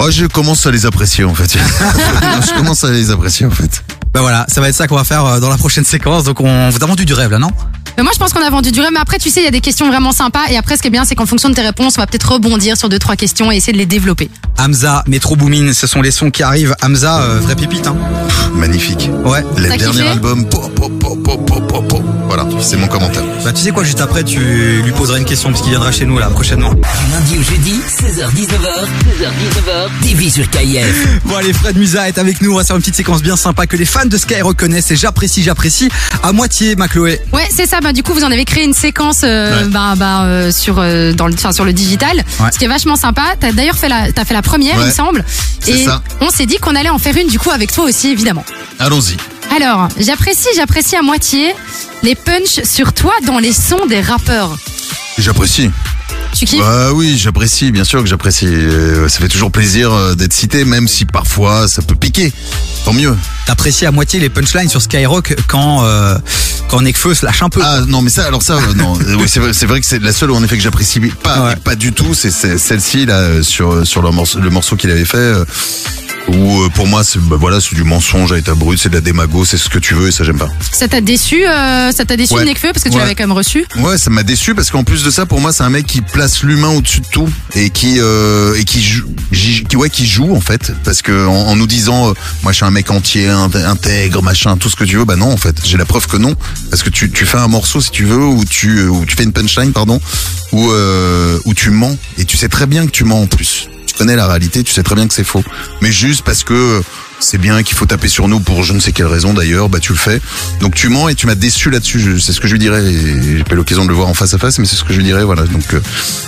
Oh, je commence à les apprécier en fait. je commence à les apprécier en fait. Bah voilà, ça va être ça qu'on va faire euh, dans la prochaine séquence. Donc, on vous a vendu du rêve là, non Mais moi, je pense qu'on a vendu du rêve. Mais après, tu sais, il y a des questions vraiment sympas. Et après, ce qui est bien, c'est qu'en fonction de tes réponses, on va peut-être rebondir sur deux, trois questions et essayer de les développer. Hamza, Metro Boomin, ce sont les sons qui arrivent. Hamza, euh, vrai pépite, hein. Pff, Magnifique. Ouais. Le T'as dernier kiffé album, po, po, po, po, po, po, po. voilà, c'est mon commentaire. Bah, tu sais quoi, juste après, tu lui poseras une question parce qu'il viendra chez nous là prochainement. Du lundi au jeudi, 16h-19h, 16h-19h, TV sur KIF. Bon allez, Fred Musa est avec nous, on va faire une petite séquence bien sympa que les fans de Sky reconnaissent et j'apprécie, j'apprécie à moitié ma Chloé. Ouais, c'est ça. Bah, du coup, vous en avez créé une séquence euh, bah, bah, euh, sur, euh, dans le, enfin, sur le digital, Ouais. ce qui est vachement sympa. T'as d'ailleurs fait la, t'as fait la première, Ouais. il me semble. C'est Et ça. on s'est dit qu'on allait en faire une du coup avec toi aussi, évidemment. Allons-y. Alors, j'apprécie, j'apprécie à moitié les punchs sur toi dans les sons des rappeurs. J'apprécie. Tu kiffes Bah oui, j'apprécie, bien sûr que j'apprécie. Euh, ça fait toujours plaisir euh, d'être cité, même si parfois ça peut piquer. Tant mieux. Euh. T'apprécies à moitié les punchlines sur Skyrock quand, euh, quand Nekfeu se lâche un peu. Ah non, mais ça, alors ça, euh, non. Euh, oui, c'est vrai, c'est vrai que c'est la seule, en effet, que j'apprécie pas, Ouais. et pas du tout. C'est c'est celle-ci là euh, sur sur le morceau, le morceau qu'il avait fait. euh, Où euh, pour moi, c'est bah, voilà, c'est du mensonge à état brut, c'est de la démago, c'est ce que tu veux et ça j'aime pas. Ça t'a déçu, euh, ça t'a déçu Ouais. Nekfeu parce que tu Ouais. l'avais quand même reçu. Ouais, ça m'a déçu parce qu'en plus de ça, pour moi, c'est un mec qui place l'humain au-dessus de tout et qui euh, et qui joue, gi- qui, ouais, qui joue en fait, parce que en, en nous disant, euh, moi, je suis un mec entier, int- intègre, machin, tout ce que tu veux, bah non, en fait, j'ai la preuve que non, parce que tu, tu fais un morceau si tu veux ou tu ou tu fais une punchline, pardon, ou euh, ou tu mens et tu sais très bien que tu mens en plus. Tu connais la réalité, tu sais très bien que c'est faux, mais juste parce que c'est bien qu'il faut taper sur nous pour je ne sais quelle raison d'ailleurs, bah tu le fais. Donc tu mens et tu m'as déçu là-dessus, je- c'est ce que je lui dirais. Et J'ai pas eu l'occasion de le voir en face à face, mais c'est ce que je lui dirais, voilà. Donc euh,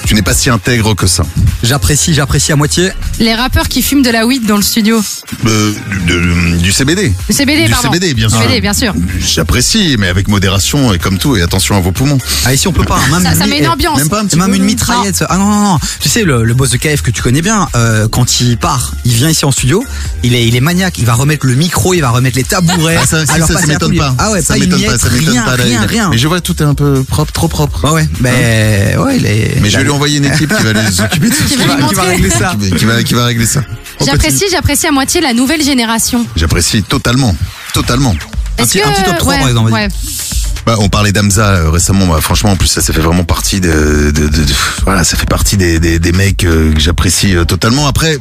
tu n'es pas si intègre que ça. J'apprécie, j'apprécie à moitié. Les rappeurs qui fument de la weed dans le studio. Euh, du, de- du CBD. Le CBD, Du pardon. CBD, bien sûr. Ah. CBD, bien sûr. J'apprécie, mais avec modération et comme tout, et attention à vos poumons. Ah, ici, on peut pas. hein, Même Ça- ça mi- met une eh, ambiance. Même, pas un petit Non. même une mitraillette. Ah non, non, non. Tu sais, le, le boss de KF que tu connais bien, euh, quand il part, il vient ici en studio, il est, il est maniaque. Il va remettre le micro, il va remettre les tabourets. Ah, ça, si, Alors, ça, pas ça de m'étonne tapis. pas. Ah ouais, ça pas une m'étonne pas, miette, ça m'étonne rien, pas. là, rien, il- rien. Mais je vois, tout est un peu propre, trop propre. Hein Ouais, ouais, mais ouais, il est. Mais je vais lui envoyer une équipe qui va les occuper de ce Qui va qui lui va- montrer. régler ça. qui va- qui va, qui va régler ça. J'apprécie, j'apprécie à moitié la nouvelle génération. J'apprécie totalement, totalement. Un Est-ce petit- un petit top trois, ouais, par exemple, vas-y. ouais. Bah, on parlait d'Amza euh, récemment. Bah, franchement, en plus, ça, ça fait vraiment partie de, de- de- de- voilà, ça fait partie des, des, des mecs euh, que j'apprécie euh, totalement. Après,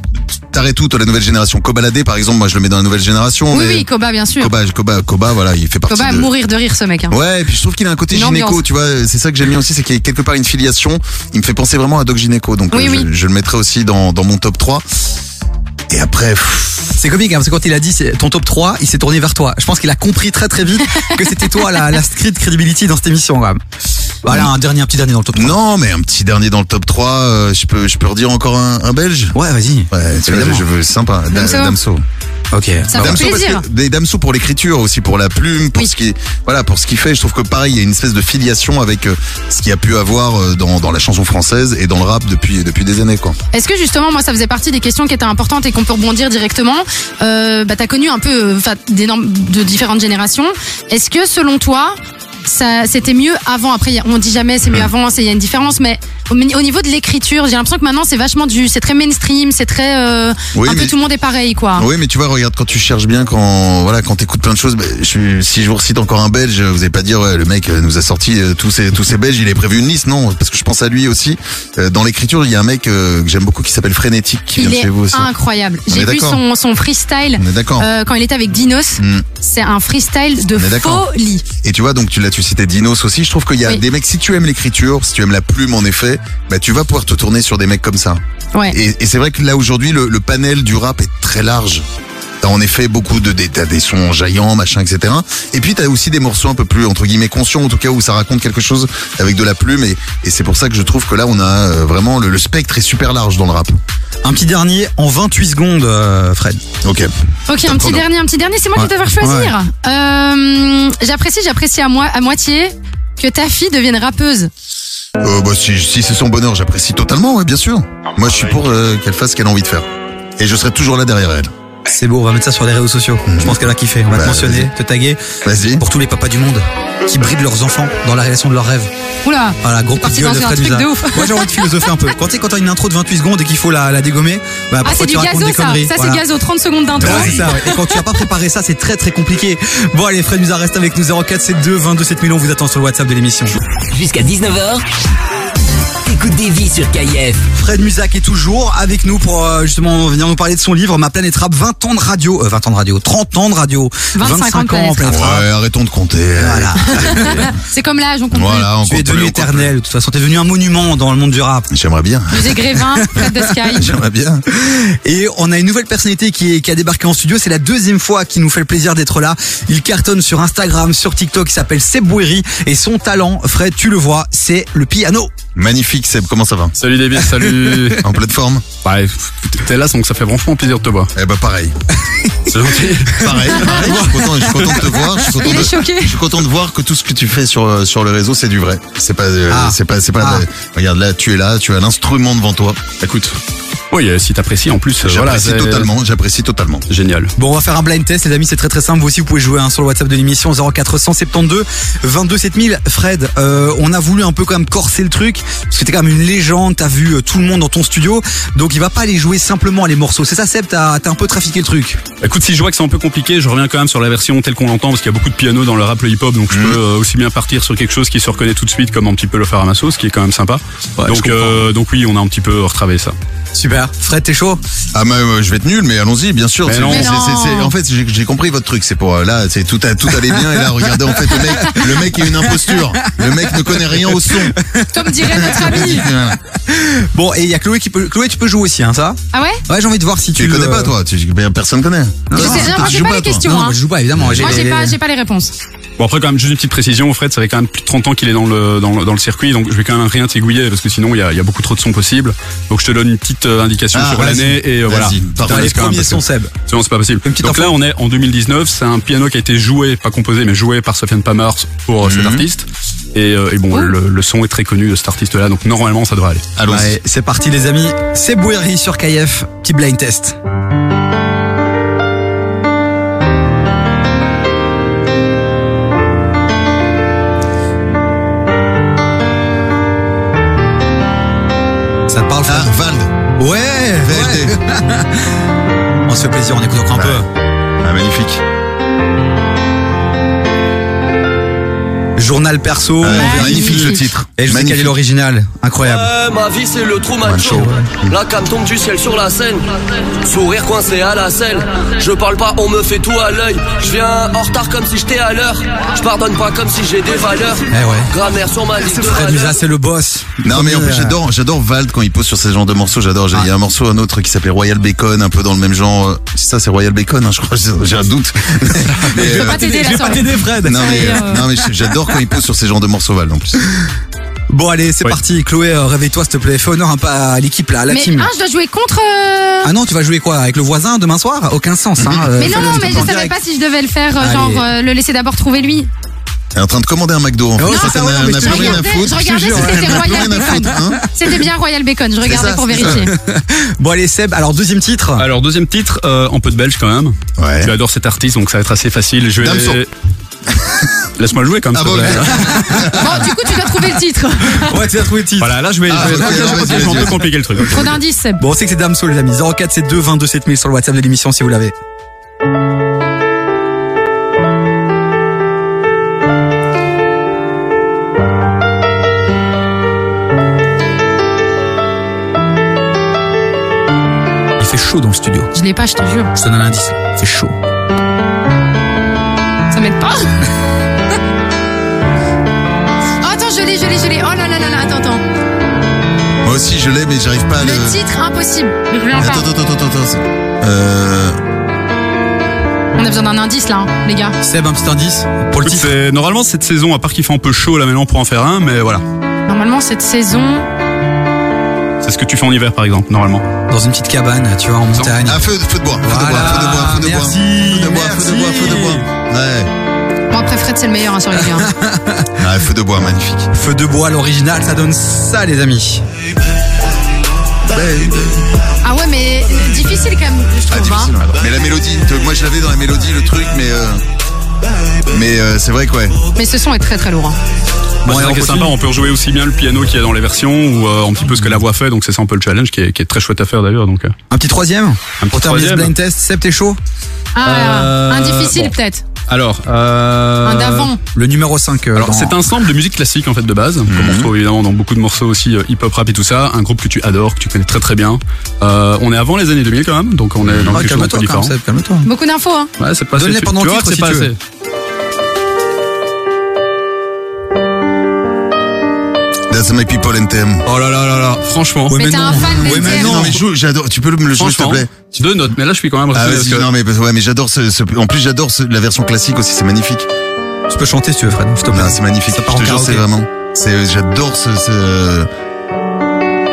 t'arrêtes tout, toi, la nouvelle génération. Kobalade, par exemple, moi, je le mets dans la nouvelle génération. Oui, mais oui, Koba, bien sûr. Koba, Koba, Koba, Koba, voilà, il fait partie va de. mourir de rire, ce mec. hein. Ouais, et puis je trouve qu'il a un côté Une gynéco, ambiance. tu vois. euh, C'est ça que j'aime bien aussi, c'est qu'il y a quelque part une filiation. Il me fait penser vraiment à Doc Gynéco, donc Oui, euh, je, oui. je le mettrai aussi dans, dans mon top 3. Et après, pff, C'est comique, hein, parce que quand il a dit c'est ton top 3, il s'est tourné vers toi. Je pense qu'il a compris très très vite que c'était toi la, la street credibility dans cette émission. quand même. Voilà, un dernier, un petit dernier dans le top 3. non, mais un petit dernier dans le top 3, euh, je peux, je peux redire encore un, un belge. Ouais, vas-y. Ouais, tu vois, Évidemment. Euh, je veux sympa. Da- Damso. Damso. Ok. Ça fait Damso, parce plaisir. que- des Damso pour l'écriture aussi, pour la plume, pour Oui. ce qui, voilà, pour ce qu'il fait. Je trouve que pareil, il y a une espèce de filiation avec euh, ce qu'il a pu avoir euh, dans, dans la chanson française et dans le rap depuis depuis des années, quoi. Est-ce que justement, moi, ça faisait partie des questions qui étaient importantes et qu'on peut rebondir directement euh, bah, T'as connu un peu euh, 'fin, d'énormes, de différentes générations. Est-ce que selon toi, ça, c'était mieux avant Après, on dit jamais c'est mieux avant, c'est- il y a une différence, mais au, au niveau de l'écriture, j'ai l'impression que maintenant c'est vachement du, c'est très mainstream, c'est très euh, Oui, un mais- peu tout le monde est pareil, quoi. Oui, mais tu vois, regarde, quand tu cherches bien, quand voilà, quand t'écoutes plein de choses, ben, je, si je vous recite encore un Belge, vous allez pas dire ouais, le mec euh, nous a sorti euh, tous ces tous ces Belges, il est prévu une liste, non Parce que je pense à lui aussi. Euh, Dans l'écriture, il y a un mec euh, que j'aime beaucoup qui s'appelle Frénétique, Il qui vient de est chez vous aussi. incroyable. On est J'ai vu d'accord. son, son freestyle On est d'accord. euh, quand il était avec Dinos. Mm. Hmm. C'est un freestyle de On est d'accord. folie. Et tu vois, donc tu l'as, tu citais Dinos aussi. Je trouve qu'il y a Oui. des mecs, si tu aimes l'écriture, si tu aimes la plume en effet, bah tu vas pouvoir te tourner sur des mecs comme ça. Ouais. Et, et c'est vrai que là aujourd'hui, le, le panel du rap est très large. T'as en effet beaucoup de des, t'as des sons jaillants, machin, etc. Et puis t'as aussi des morceaux un peu plus entre guillemets conscients, en tout cas où ça raconte quelque chose avec de la plume. Et, et c'est pour ça que je trouve que là on a euh, vraiment le, le spectre est super large dans le rap. Un petit dernier en 28 secondes, euh, Fred. Ok. Ok, un petit chrono. dernier, un petit dernier, c'est moi qui Ouais. vais devoir choisir. Euh, j'apprécie, j'apprécie à, moi, à moitié que ta fille devienne rappeuse. Euh, bah, si si c'est son bonheur, j'apprécie totalement, ouais, bien sûr. Moi je suis pour euh, qu'elle fasse ce qu'elle a envie de faire. Et je serai toujours là derrière elle. C'est beau, on va mettre ça sur les réseaux sociaux. Je pense qu'elle va kiffer. On va Bah, te mentionner, te taguer. Vas-y. Pour tous les papas du monde qui brident leurs enfants dans la réalisation de leurs rêves. Oula, Ah, Voilà, Ah, gros coup de parti gueule dans de un Fred truc Musa. de ouf. Moi, j'ai envie de philosopher un peu. Quand tu sais, quand t'as une intro de 28 secondes et qu'il faut la, la dégommer, bah, Ah, parfois c'est tu du racontes gazo, des ça. conneries. Ça, c'est Voilà. Bah gazo. 30 secondes d'intro. Ouais, c'est ça, ouais. Et quand tu n'as pas préparé ça, c'est très très compliqué. Bon, allez, Fred nous a resté avec nous 0472 22 7000. On vous attend sur le WhatsApp de l'émission. Jusqu'à 19h, t'écoutes des vies sur KIF. Fred Musac est toujours avec nous pour euh, justement venir nous parler de son livre Ma planète rap 20 ans de radio, euh, 20 ans de radio, 30 ans de radio, 25 ans de ans en planète planète rap. Ouais, arrêtons de compter. Voilà. C'est comme l'âge, on comprend. Voilà, on Tu es compte plus, devenu on compte éternel, de toute façon, t'es devenu un monument dans le monde du rap. plus. J'aimerais bien. Musée Grévin, Fred de Sky. J'aimerais bien. Et on a une nouvelle personnalité qui, est, qui a débarqué en studio. C'est la deuxième fois qu'il nous fait le plaisir d'être là. Il cartonne sur Instagram, sur TikTok. Il s'appelle Seb Bouiri. Et son talent, Fred, tu le vois, c'est le piano. Magnifique Seb, comment ça va Salut David, salut tu. En plateforme Bah, t'es là, donc ça fait franchement plaisir de te voir. Eh bah pareil. C'est gentil. Pareil, pareil. Je suis content, je suis content de te voir. Je suis content Il de... est choqué. Je suis content de voir que tout ce que tu fais sur, euh, sur le réseau, c'est du vrai. C'est pas, euh, Ah. c'est pas, c'est pas. Ah. de- Regarde là, tu es là, tu as l'instrument devant toi. Écoute, Oui, euh, si t'apprécies en plus, euh, voilà. j'apprécie c'est- totalement, j'apprécie totalement. Génial. Bon, on va faire un blind test, les amis. C'est très très simple. Vous aussi, vous pouvez jouer hein, sur le WhatsApp de l'émission 0472 22 7000. Fred, euh, on a voulu un peu quand même corser le truc parce que t'es quand même une légende. T'as vu euh, tout le monde dans ton studio, donc il va pas aller jouer simplement les morceaux. C'est ça, Seb T'as t'as un peu trafiqué le truc. Écoute, si je vois que c'est un peu compliqué, je reviens quand même sur la version telle qu'on l'entend, parce qu'il y a beaucoup de piano dans le rap, le hip-hop, donc je Mhm. peux euh, aussi bien partir sur quelque chose qui se reconnaît tout de suite, comme un petit peu le faire à ma sauce, qui est quand même sympa. Ouais, je donc, comprends. euh, donc oui, on a un petit peu retravaillé ça. Super. Fred, t'es chaud Ah mais euh, je vais être nul, mais allons-y, bien sûr. Mais C'est- non. c'est- Mais non. c'est- c'est- en fait, j'ai j'ai compris votre truc. C'est pour euh, là, c'est tout, a- tout allait bien et là, regardez en fait le mec, le mec est une imposture. Le mec ne connaît rien au son. Comme dirait notre ami. Bon, et il y a Chloé qui peut. Chloé, tu peux jouer aussi, hein, ça Ah ouais Ouais, j'ai envie de voir si tu, Tu les le- connais pas toi Tu- Personne connaît. Je sais- toi, moi, tu j'ai joues pas les toi. questions. Non, hein. moi, je joue pas évidemment. Moi, j'ai les- pas, j'ai pas les réponses. Bon après quand même juste une petite précision, Fred, ça fait quand même plus de 30 ans qu'il est dans le, dans le dans le circuit, donc je vais quand même rien t'aiguiller parce que sinon il y a, il y a beaucoup trop de sons possibles. Donc je te donne une petite euh, indication Ah, sur vas-y. l'année et euh, Vas-y. voilà. Par Ça contre, les reste quand même premiers parce que- sont Seb. Sinon c'est pas possible. Une petite Donc là on est en 2019, c'est un piano qui a été joué, pas composé, mais joué par Sofiane Pamars pour euh, cet Mhm. artiste. Et, euh, et bon, le, le son est très connu de cet artiste-là, donc normalement ça devrait aller. Allons-y. Ouais, c'est parti les amis, c'est Bouhiri sur KF, petit blind test. Ça te parle Ah, Fred Vald. Ouais, ouais. VLD. On se fait plaisir, on écoute encore un peu. Ah, magnifique. Journal perso, Ah, on verra magnifique qui- le titre. Et je sais quel est Magnifique. l'original, incroyable. Euh, Ouais, Euh, ma vie c'est le trou macho. La cam tombe du ciel sur la scène. Sourire coincé à la selle. Je parle pas, on me fait tout à l'œil. Je viens en retard comme si j'étais à l'heure. Je pardonne pas comme si j'ai des valeurs. Eh ouais. Grammaire sur ma liste de oh Fred valeurs. Musa, c'est le boss. Non mais en plus Euh, j'adore j'adore Vald quand il pose sur ce genre de morceaux j'adore J'ai- il y a un morceau un autre qui s'appelait Royal Bacon un peu dans le même genre euh, c'est ça c'est Royal Bacon hein, je crois j'ai- j'ai un doute mais, Je vais euh, pas t'aider Je là vais pas soirée. t'aider Fred. non mais euh, non mais j'adore quand il pose sur ces genres de morceaux Vald en plus Bon allez, c'est Ouais. parti. Chloé, euh, réveille-toi s'il te plaît. Fais honneur un peu à l'équipe là, à la Mais team. ah, je dois jouer contre. euh, Ah non, tu vas jouer quoi Avec le voisin demain soir Aucun sens. Hein, euh, mais non, fais-le non, mais je en savais direct. pas si je devais le faire, euh, Allez. genre euh, le laisser d'abord trouver lui. Elle est en train de commander un McDo en fait Oh, Ça, ça, t'en ouais, as- mais on a je plus te rien à regardais- foutre je regardais te si jure, c'était on a plus Royal rien à foutre, hein. C'était bien Royal Bacon, je regardais ça, pour c'est vérifier. Bon allez Seb, alors deuxième titre. Alors deuxième titre, euh, un peu de belge quand même. Ouais. Tu adores cet artiste, donc ça va être assez facile. Je vais... Damso. Laisse-moi le jouer comme Ah ça. bon, voilà. Bon, Oh, du coup, tu dois trouver le titre. Ouais, tu as trouvé le titre. Voilà, là je vais, Ah, je ok, vais- je vais- vas-y, je vais vas-y, un peu vas-y. compliquer le truc. Trop d'indices, Seb. Bon, on sait que c'est Damso les amis. 0472 22 7000 sur le WhatsApp de l'émission si vous l'avez. Il fait chaud dans le studio. Je l'ai pas, je te jure. Je te donne un indice. C'est chaud. Ça m'aide pas. oh, attends, je l'ai, je l'ai, je l'ai. Oh là là là là, attends, attends. Moi aussi je l'ai mais j'arrive pas à le Le titre impossible. Je reviens pas. Euh. Attends attends attends attends, attends euh... On a besoin d'un indice là, hein, les gars. Seb, un petit indice pour le Écoute, titre. c'est- Normalement cette saison, à part qu'il fait un peu chaud là maintenant, on pourrait en faire un, mais voilà. Normalement, cette saison. C'est ce que tu fais en hiver par exemple, normalement. Dans une petite cabane, tu vois, en montagne. ah feu feu de bois feu de bois feu de bois feu de bois Merci, feu de bois feu de bois feu de bois merci. ouais Bon, après, Fred, c'est le meilleur hein, sur les gars. hein. Ah, feu de bois magnifique Feu de bois, l'original, ça donne ça, les amis. Ah ouais, mais euh, difficile quand même, je Ah, trouve. hein. difficile, ouais. Mais la mélodie, tu vois, moi je l'avais dans la mélodie le truc, mais euh, mais euh, c'est vrai que ouais. Mais ce son est très très lourd. hein. Bah, Bon, c'est allez, ça qui est on sympa, on peut rejouer aussi bien le piano qu'il y a dans les versions ou euh, un petit peu ce que la voix fait, donc c'est ça un peu le challenge qui est, qui est très chouette à faire d'ailleurs. Donc, euh, Un petit troisième un petit Pour terminer ce troisième. blind test, Seb, t'es chaud Ah, Euh, un difficile bon. peut-être. Alors, euh, Un d'avant. Le numéro euh, 5. Alors c'est un ensemble de musique classique en fait de base, comme on retrouve évidemment dans beaucoup de morceaux aussi euh, hip-hop, rap et tout ça. Un groupe que tu adores, que tu connais très très bien. Euh, on est avant les années 2000 quand même, donc on est dans quelque chose d'un peu Ah, calme-toi, quand même, différent. Seb, calme-toi. Beaucoup d'infos, hein. Ouais, c'est pas assez. Donne-les Tu- pendant tu le vois, titre, c'est si pas tu veux. assez. That's my people and them. Oh là là là là, franchement. Ouais, Mais mais t'es non. un fan des Ouais, mais Thèmes. Non, mais joue, j'adore. Tu peux me le jouer s'il te franchement. plaît. Deux notes, mais là je suis quand même Ah resté vas-y, parce que- non mais parce- ouais, mais j'adore ce, ce- en plus j'adore ce- la version classique aussi, c'est magnifique. Tu peux chanter si tu veux, Fred. s'il te plaît. Non, c'est euh, magnifique. Ça part Je en te jure, karaoké. c'est vraiment. C'est j'adore ce, ce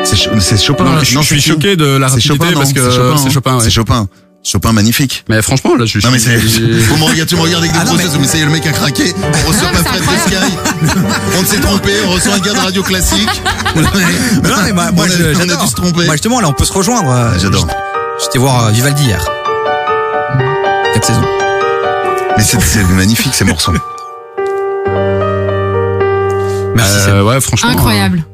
C'est Cho- c'est Chopin. Non, là. je- je c'est suis qui choqué de la C'est rapidité Chopin, non parce que C'est Chopin. c'est hein Chopin, ouais. C'est Chopin. Chopin magnifique. Mais franchement, là, je suis. Non mais c'est. j'ai- Vous me regardez, tu me regardes avec des Ah, non, grosses yeux, mais ça y est, le mec a craqué. On reçoit mais pas c'est Fred de Sky. On s'est trompé. On reçoit un gars de radio classique. Non, mais moi, moi, on, a, je- on a j'adore. dû se tromper. Ah, Moi, justement, là, on peut se rejoindre. euh, J'adore. Je t'ai voir euh, Vivaldi hier. Quatre saisons. Mais c'est- c'est magnifique ces morceaux. Merci, Seb. Euh, ouais, franchement. Incroyable.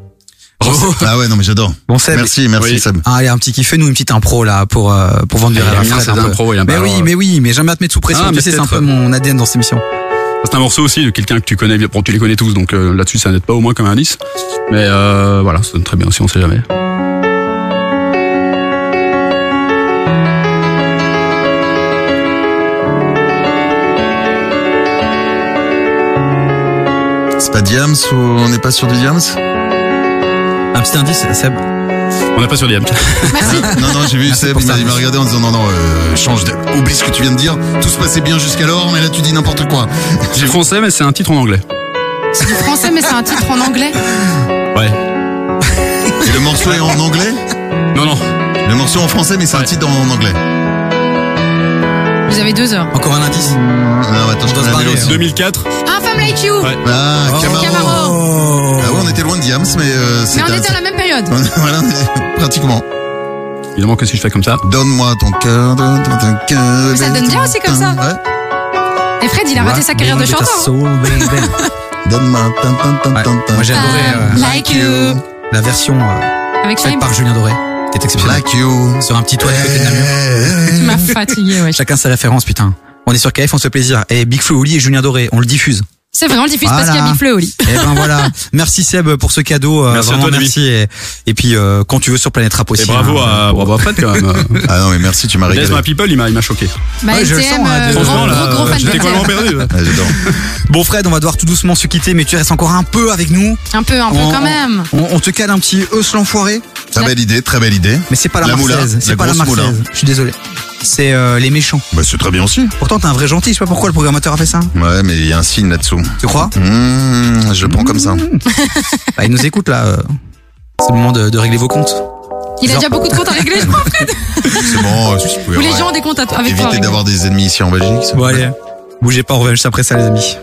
oh, Ah ouais, non mais j'adore. Bon, Seb. Merci, merci Oui. Seb. Ah, allez, un petit kiff, fais-nous une petite impro, là, pour, euh, pour vendre du Ah, rêve à Damien, Fred c'est un des peu. impros, il y en a Mais pas, oui, ouais. mais oui, mais jamais à te mettre sous pression. Ah, tu mais sais, c'est un peu peut-être. mon ADN dans cette émission. euh, C'est un morceau aussi de quelqu'un que tu connais bien. Bon, tu les connais tous, donc euh, là-dessus, ça n'aide pas au moins comme un indice. Mais euh, voilà, ça donne très bien aussi, on sait jamais. C'est pas Diams ou on n'est pas sur du Diams Un petit indice, Seb. On n'a pas sur DM. Non, non, j'ai vu Merci Seb, pour il m'a ça. il m'a regardé en disant non, non, euh, change, de, oublie ce que tu viens de dire. Tout se passait bien jusqu'alors, mais là tu dis n'importe quoi. C'est français, mais c'est un titre en anglais. C'est du français, mais c'est un titre en anglais. Ouais. Et le morceau est en anglais Non, non. Le morceau en français, mais c'est un Ouais. titre en anglais. Vous avez deux heures. Encore un indice. Ah, Non, attends, je On doit prends se la barrer, mélodie. hein. 2004. Un femme like you. Ouais. Ah, Camaro. Camaro. Oh. Ah ouais, on était loin de Diams, mais euh, c'est Mais on un- était à la même période. Voilà, pratiquement. Évidemment que si je fais comme ça. Donne-moi ton cœur, donne-moi ton cœur. Ça donne bien aussi comme ça. Ouais. Et Fred, il a raté sa carrière de chanteur. hein. Donne-moi. Tan, tan, tan, Ouais. tan, tan. Moi, j'ai Ah, adoré euh, like you. la version euh, Avec faite Shime. par Julien Doré, qui est exceptionnelle. Like you. Sur un petit toit du côté de Namur. Tu Eh, m'as fatigué, ouais. Chacun ses références, putain. On est sur KF, on se fait plaisir. Et Big Flo Oli et Julien Doré, on le diffuse. C'est vrai, on le diffuse parce Voilà. qu'il y a Big Flo au lit. Et ben voilà. Merci Seb pour ce cadeau. euh, Merci à vraiment toi, David. merci. Et, et puis euh, quand tu veux sur Planète Rap aussi. Et bravo hein. à, bravo à Fred quand même. Ah non, mais merci, tu m'as Laisse régalé. ma people, il m'a il m'a choqué. Bah, Ouais, je le LTM, sens, hein, euh, déjà. gros, Franchement, gros, gros là, fan de j'étais complètement LTM. perdu. ouais. Ah, J'adore. Bon Fred, on va devoir tout doucement se quitter, mais tu restes encore un peu avec nous. Un peu, un peu On- quand même. On, on te cale un petit Eus l'enfoiré, Très belle idée, très belle idée. mais c'est pas la, La moula, Marseillaise. C'est la pas la grosse moula. Marseillaise. Je suis désolé. C'est euh, les méchants. Bah, c'est très bien aussi. Pourtant t'es un vrai gentil. Je sais pas pourquoi le programmateur a fait ça. Ouais, mais il y a un signe là-dessous. Tu crois Mmh, je le prends comme ça. Bah, Ils nous écoutent là. euh. C'est le moment de, de régler vos comptes. Il a Genre- déjà beaucoup de comptes à régler, je crois. C'est bon, euh, si tu pouvais, Ou les ouais. gens ont des comptes à- avec toi. à Éviter régler. d'avoir des ennemis ici en Belgique. ça. Bon allez, bougez pas. On revient juste après ça les amis.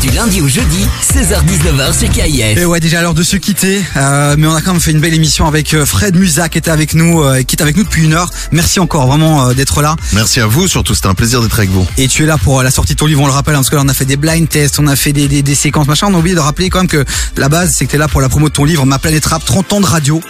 Du lundi au jeudi, 16h-19h sur KIF. Et ouais, déjà à l'heure de se quitter, euh, mais on a quand même fait une belle émission avec euh, Fred Musa qui était avec nous, euh, qui est avec nous depuis une heure. Merci encore vraiment euh, d'être là. Merci à vous, surtout, c'était un plaisir d'être avec vous. Et tu es là pour euh, la sortie de ton livre, on le rappelle, hein, parce que là on a fait des blind tests, on a fait des, des, des séquences, machin. On a oublié de rappeler quand même que la base c'est que t'es là pour la promo de ton livre, Ma planète rap, 30 ans de radio,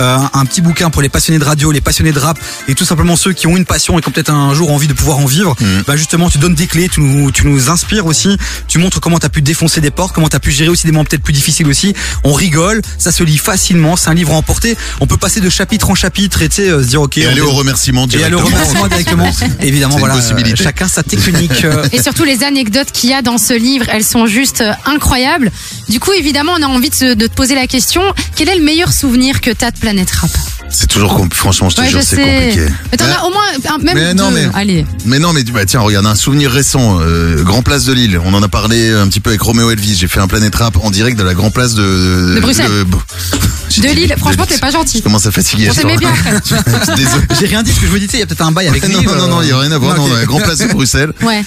Euh, un petit bouquin pour les passionnés de radio, les passionnés de rap et tout simplement ceux qui ont une passion et qui ont peut-être un jour envie de pouvoir en vivre. Mmh. Bah justement, tu donnes des clés, tu nous, tu nous inspires aussi, tu montres comment t'as pu défoncer des portes, comment t'as pu gérer aussi des moments peut-être plus difficiles aussi. On rigole, ça se lit facilement, c'est un livre à emporter. On peut passer de chapitre en chapitre et tu sais euh, se dire ok. Et, on aller dé- au remerciement et aller directement. au remerciement directement. Évidemment, C'est une voilà, euh, possibilité. chacun sa technique. euh, Et surtout, les anecdotes qu'il y a dans ce livre, elles sont juste euh, incroyables. Du coup, évidemment, on a envie de, se- de te poser la question quel est le meilleur souvenir que t'as de Planète Rap C'est toujours compl- franchement, je te jure, c'est compliqué. Mais t'en Mais- as au moins un, même mais deux. non, mais- Allez. Mais non, mais bah, tiens, regarde, un souvenir récent, euh, Grand Place de Lille. On en a parlé euh, un petit peu avec Roméo Elvis. J'ai fait un planète rap en direct de la Grand Place de... De Bruxelles. de- J'ai De dit- Lille, franchement, de- t'es pas gentil. Je commence à fatiguer. On je s'aimait t'en- bien, Fred. Je suis Désolé. J'ai rien dit, parce que je me disais, il y a peut-être un bail avec Non, lui, non, euh, non, il n'y a rien à voir. non, Non, ok. la Grand Place de Bruxelles. Ouais.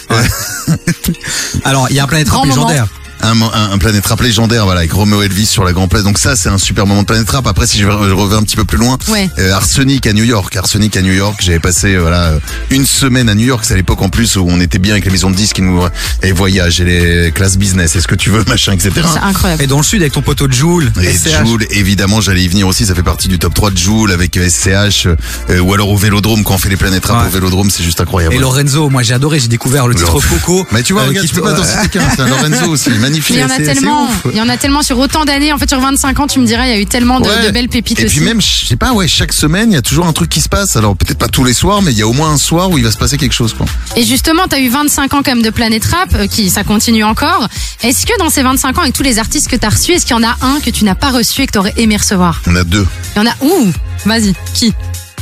Alors, il y a un planète rap Grand moment. légendaire. un, un, un Planète Rap légendaire voilà, avec Romeo Elvis sur la Grand Place. Donc ça, c'est un super moment de Planète Rap. Après, si je, re- je reviens un petit peu plus loin, Ouais. euh, Arsenic à New York. Arsenic à New York, j'avais passé euh, voilà euh, une semaine à New York. C'est à l'époque en plus où on était bien avec les maisons de disques qui nous... euh, Et voyages, et les classes business, est-ce que tu veux, machin, etc. C'est incroyable. Et dans le sud, avec ton poteau Joule. Et SCH. Joule, évidemment, j'allais y venir aussi. Ça fait partie du top 3 de Joule avec SCH euh, ou alors au Vélodrome. Quand on fait les planètes rap Ouais. au Vélodrome, c'est juste incroyable. Et Lorenzo, moi j'ai adoré, j'ai découvert le titre Alors, Coco. Mais tu vois, euh, regarde, qui- tu peux pas euh, dans ce bouquin, c'est un Lorenzo aussi, magnifique. Mais il y en a c'est- c'est tellement, ouf. il y en a tellement sur autant d'années. En fait, sur 25 ans, tu me dirais, il y a eu tellement de, Ouais. de belles pépites Et aussi. puis même, je sais pas, ouais, chaque semaine, il y a toujours un truc qui se passe. Alors peut-être pas tous les soirs, mais il y a au moins un soir où il va se passer quelque chose, quoi. Et justement, t'as eu 25 ans quand même de Planète Rap, euh, qui ça continue encore. Est-ce que dans ces 25 ans, avec tous les artistes que t'as reçus, est-ce qu'il y en a un que tu n'as pas reçu et que t'aurais aimé recevoir On a deux, Il y en a ouh, vas-y, qui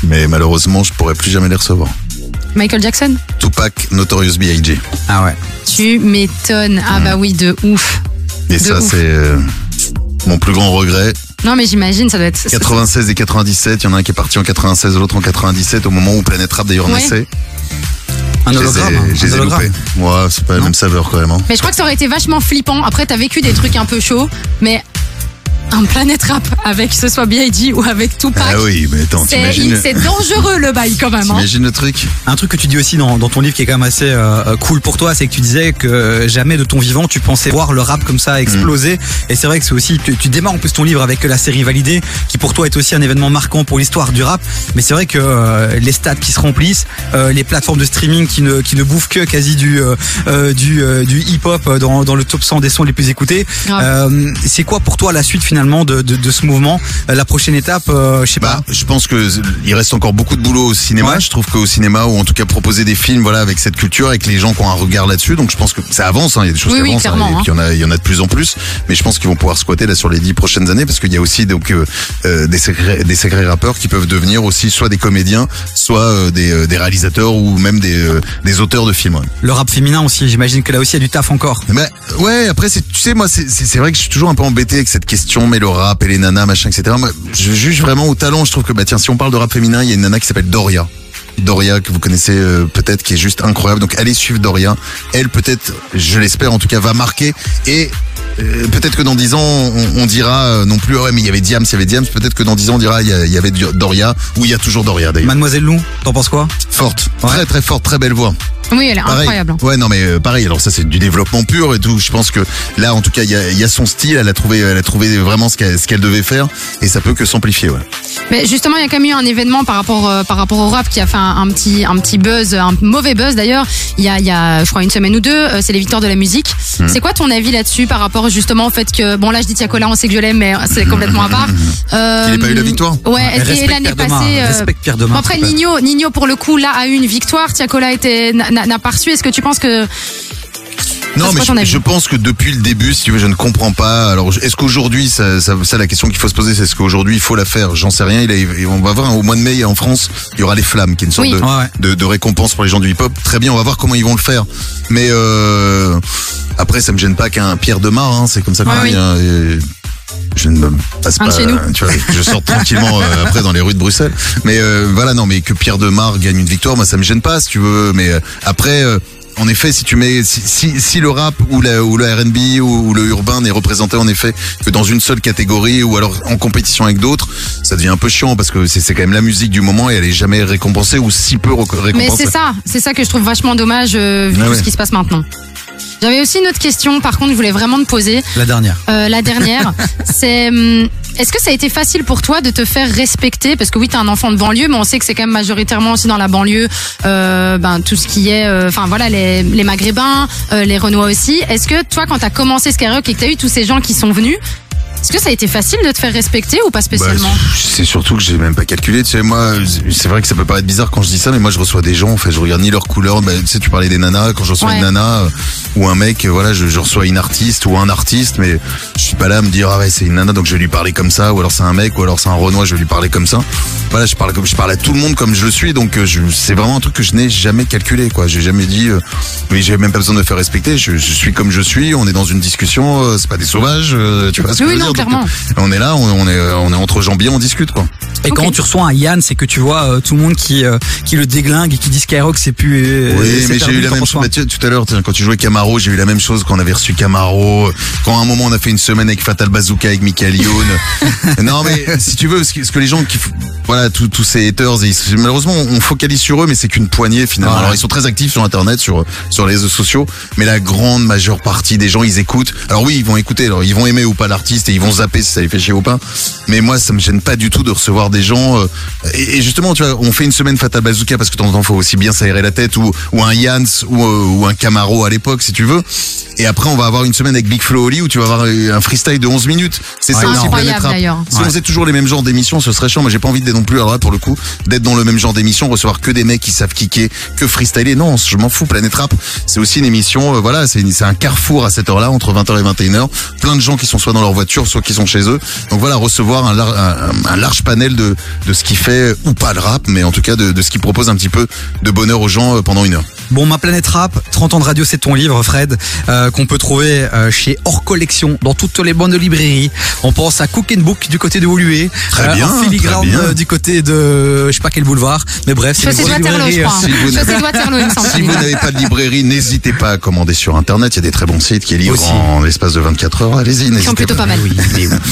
mais malheureusement, je pourrais plus jamais les recevoir. Michael Jackson Tupac, Notorious B.I.G. Ah ouais. Tu m'étonnes. Ah bah oui, de ouf. Et De ça, ouf. c'est euh, mon plus grand regret. Non, mais j'imagine, ça doit être. 96 et 97, il y en a un qui est parti en 96, l'autre en 97, au moment où Planète Rap d'ailleurs Ouais. naissait. Un Je les ai- hologramme. hein, Je les un ai hologramme. loupés. Ouais, c'est pas la même saveur quand même. hein. Mais je crois que ça aurait été vachement flippant. Après, t'as vécu des trucs un peu chauds, mais un planète rap avec ce soit B.I.G. ou avec Tupac, Ah oui, mais attends, c'est il- t'imagines c'est dangereux le bail quand même. hein. t'imagines le truc Un truc que tu dis aussi dans, dans ton livre qui est quand même assez euh, cool pour toi, c'est que tu disais que euh, jamais de ton vivant tu pensais voir le rap comme ça exploser. Et c'est vrai que c'est aussi, tu, tu démarres en plus ton livre avec la série validée, qui pour toi est aussi un événement marquant pour l'histoire du rap. Mais c'est vrai que euh, les stades qui se remplissent, euh, les plateformes de streaming qui ne, qui ne bouffent que quasi du, euh, euh, du, euh, du hip-hop dans, dans le top 100 des sons les plus écoutés. Grave. Euh, c'est quoi pour toi la suite finalement de, de, de ce mouvement Euh, La prochaine étape, euh, je sais Bah, pas. je pense que il reste encore beaucoup de boulot au cinéma. Ouais. Je trouve qu'au cinéma, ou en tout cas proposer des films, voilà, avec cette culture, avec les gens qui ont un regard là-dessus. Donc, je pense que ça avance. hein. Il y a des choses Oui, qui oui, avancent. clairement, et puis, il y en hein. a, il y en a de plus en plus. Mais je pense qu'ils vont pouvoir squatter là sur les dix prochaines années, parce qu'il y a aussi donc euh, euh, des secrets, des secrets rappeurs qui peuvent devenir aussi soit des comédiens, soit euh, des, euh, des réalisateurs ou même des, euh, des auteurs de films. ouais. Le rap féminin aussi, j'imagine que là aussi il y a du taf encore. Mais ouais, après c'est, tu sais moi c'est, c'est, c'est vrai que je suis toujours un peu embêté avec cette question, mais le rap et les nanas machin etc. Moi, je juge vraiment au talent. Je trouve que bah tiens si on parle de rap féminin, il y a une nana qui s'appelle Doria. Doria que vous connaissez euh, peut-être qui est juste incroyable. Donc allez suivre Doria. Elle peut-être, je l'espère en tout cas, va marquer et euh, Peut-être que dans 10 ans, on, on dira euh, non plus, ouais, mais il y avait Diams, il y avait Diams. Peut-être que dans 10 ans, on dira, il y, a- il y avait Doria, ou il y a toujours Doria d'ailleurs. Mademoiselle Lou, t'en penses quoi Forte, très très forte, très belle voix. Oui, elle est Pareil. incroyable. hein. Ouais, non, mais euh, pareil. Alors ça, c'est du développement pur et tout. Je pense que là, en tout cas, il y a, il y a son style. Elle a trouvé, elle a trouvé vraiment ce qu'elle, ce qu'elle devait faire et ça peut que s'amplifier. Ouais. Mais justement, il y a quand même eu un événement par rapport, euh, par rapport au rap qui a fait un, un petit, un petit buzz, un mauvais buzz d'ailleurs, il y a, il y a, je crois, une semaine ou deux, euh, c'est les victoires de la musique. Mmh. C'est quoi ton avis là-dessus par rapport justement au fait que, bon là je dis Tiakola, on sait que je l'aime, mais c'est complètement à part. Euh, Qu'il ait pas eu la victoire Ouais, et Respecte l'année Pierre Demar, passée... euh, respecte Pierre Demar, bon, après, s'il te plaît. Nino, Nino, pour le coup, là, a eu une victoire. Tiakola était, n'a- n'a n'a pas reçu. Est-ce que tu penses que. Non, c'est mais quoi ton je, avis je pense que depuis le début, si tu veux, je ne comprends pas. Alors, je- est-ce qu'aujourd'hui, ça, ça, ça, la question qu'il faut se poser, c'est est-ce qu'aujourd'hui il faut la faire J'en sais rien. Il a- on va voir hein, au mois de mai en France, il y aura les flammes, qui est une sorte Oui. de, Ouais, ouais. de, de récompense pour les gens du hip-hop. Très bien, on va voir comment ils vont le faire. Mais euh, après, ça me gêne pas qu'un Pierre Demar, hein, c'est comme ça qu'on Ouais, oui. dit. hein, et je ne me passe Un pas. de chez nous. Tu vois, je sors tranquillement euh, après dans les rues de Bruxelles. Mais euh, voilà, non, mais que Pierre Demar gagne une victoire, moi ça me gêne pas, si tu veux. Mais euh, après. euh, en effet, si tu mets si, si, si le rap ou la ou le R&B ou, ou le urbain n'est représenté en effet que dans une seule catégorie ou alors en compétition avec d'autres, ça devient un peu chiant parce que c'est c'est quand même la musique du moment et elle est jamais récompensée ou si peu reco- Mais récompensée. c'est ça, c'est ça que je trouve vachement dommage euh, vu Ah tout ouais. ce qui se passe maintenant. J'avais aussi une autre question, par contre, je voulais vraiment te poser. La dernière. Euh, la dernière, c'est hum, est-ce que ça a été facile pour toi de te faire respecter Parce que oui, t'es un enfant de banlieue, mais on sait que c'est quand même majoritairement aussi dans la banlieue, euh, ben, tout ce qui est, euh, enfin voilà, les, les Maghrébins, euh, les Renois aussi. Est-ce que toi, quand t'as commencé Skyrock et que t'as eu tous ces gens qui sont venus, est-ce que ça a été facile de te faire respecter ou pas Bah, spécialement c'est surtout que j'ai même pas calculé. Tu sais, moi, c'est vrai que ça peut paraître bizarre quand je dis ça, mais moi, je reçois des gens. En fait, je regarde ni leur couleur. Bah, tu sais, tu parlais des nanas. Quand je reçois Ouais. une nana euh, ou un mec, euh, voilà, je, je reçois une artiste ou un artiste, mais je suis pas là à me dire ah ouais, c'est une nana, donc je vais lui parler comme ça, ou alors c'est un mec, ou alors c'est un Renoir, je vais lui parler comme ça. Voilà, je parle comme je parle à tout le monde comme je le suis. Donc, euh, je- c'est vraiment un truc que je n'ai jamais calculé. Quoi, j'ai jamais dit. euh, mais j'ai même pas besoin de me faire respecter. Je, je suis comme je suis. On est dans une discussion. euh, c'est pas des sauvages. euh, tu vois ce que Oui, je veux non, dire Donc, clairement. on est là, on, on est, euh, on est entre jambiers, on discute quoi. Et Ok. quand tu reçois un Yann, c'est que tu vois euh, tout le monde qui euh, qui le déglingue et qui dit Skyrock, c'est plus. euh, oui, c'est mais j'ai perdu, eu la t'en même penses chose. quoi Bah, tu- tout à l'heure, tiens, quand tu jouais Camaro, j'ai eu la même chose quand on avait reçu Camaro. Quand à un moment on a fait une semaine avec Fatal Bazooka, avec Michael Youn. non, mais si tu veux, ce que, ce que les gens qui, f- voilà, tous tous ces haters, et ils se- malheureusement, on focalise sur eux, mais c'est qu'une poignée finalement. Voilà. Alors ils sont très actifs sur Internet, sur sur les réseaux sociaux, mais la grande majeure partie des gens, ils écoutent. Alors oui, ils vont écouter, alors ils vont aimer ou pas l'artiste et ils vont zapper si ça les fait chier ou pas. Mais moi, ça me gêne pas du tout de recevoir des gens. euh, et, et justement, tu vois, on fait une semaine Fatal Bazooka parce que de temps en temps, faut aussi bien s'aérer la tête ou, ou un Yans ou, euh, ou un Camaro à l'époque, si tu veux. Et après, on va avoir une semaine avec Big Flo Oli où tu vas avoir euh, un freestyle de 11 minutes. C'est ça Ouais, aussi non. Planète Incroyable, Rap. d'ailleurs. Si on faisait toujours les mêmes genres d'émissions, ce serait chiant. Mais j'ai pas envie d'être non plus, alors là, pour le coup, d'être dans le même genre d'émission, recevoir que des mecs qui savent kicker, que freestyler. Non, je m'en fous. Planète Rap, c'est aussi une émission, euh, voilà, c'est une- c'est un carrefour à cette heure-là, entre 20h et 21h. Plein de gens qui sont soit dans leur voiture, soit qui sont chez eux. Donc voilà, recevoir un, lar- un- un large panel de, de ce qui fait, euh, ou pas le rap, mais en tout cas de, de ce qui propose un petit peu de bonheur aux gens euh, pendant une heure. Bon, ma planète rap, 30 ans de radio, c'est ton livre, Fred, euh, qu'on peut trouver euh, chez Hors Collection, dans toutes les bonnes librairies. On pense à Cook and Book du côté de Woluwe, Très bien, en filigrane très bien. euh, du côté de je sais pas quel boulevard, mais bref, c'est Chaussée une de bonne Waterloo, je librairie. euh, crois. si vous Chaussée de n'avez- Waterloo, il me semble. Si vous n'avez pas de librairie, n'hésitez pas à commander sur Internet. Il y a des très bons sites qui livrent Aussi. en l'espace de 24 heures. Allez-y, Ils sont n'hésitez plutôt pas. pas mal.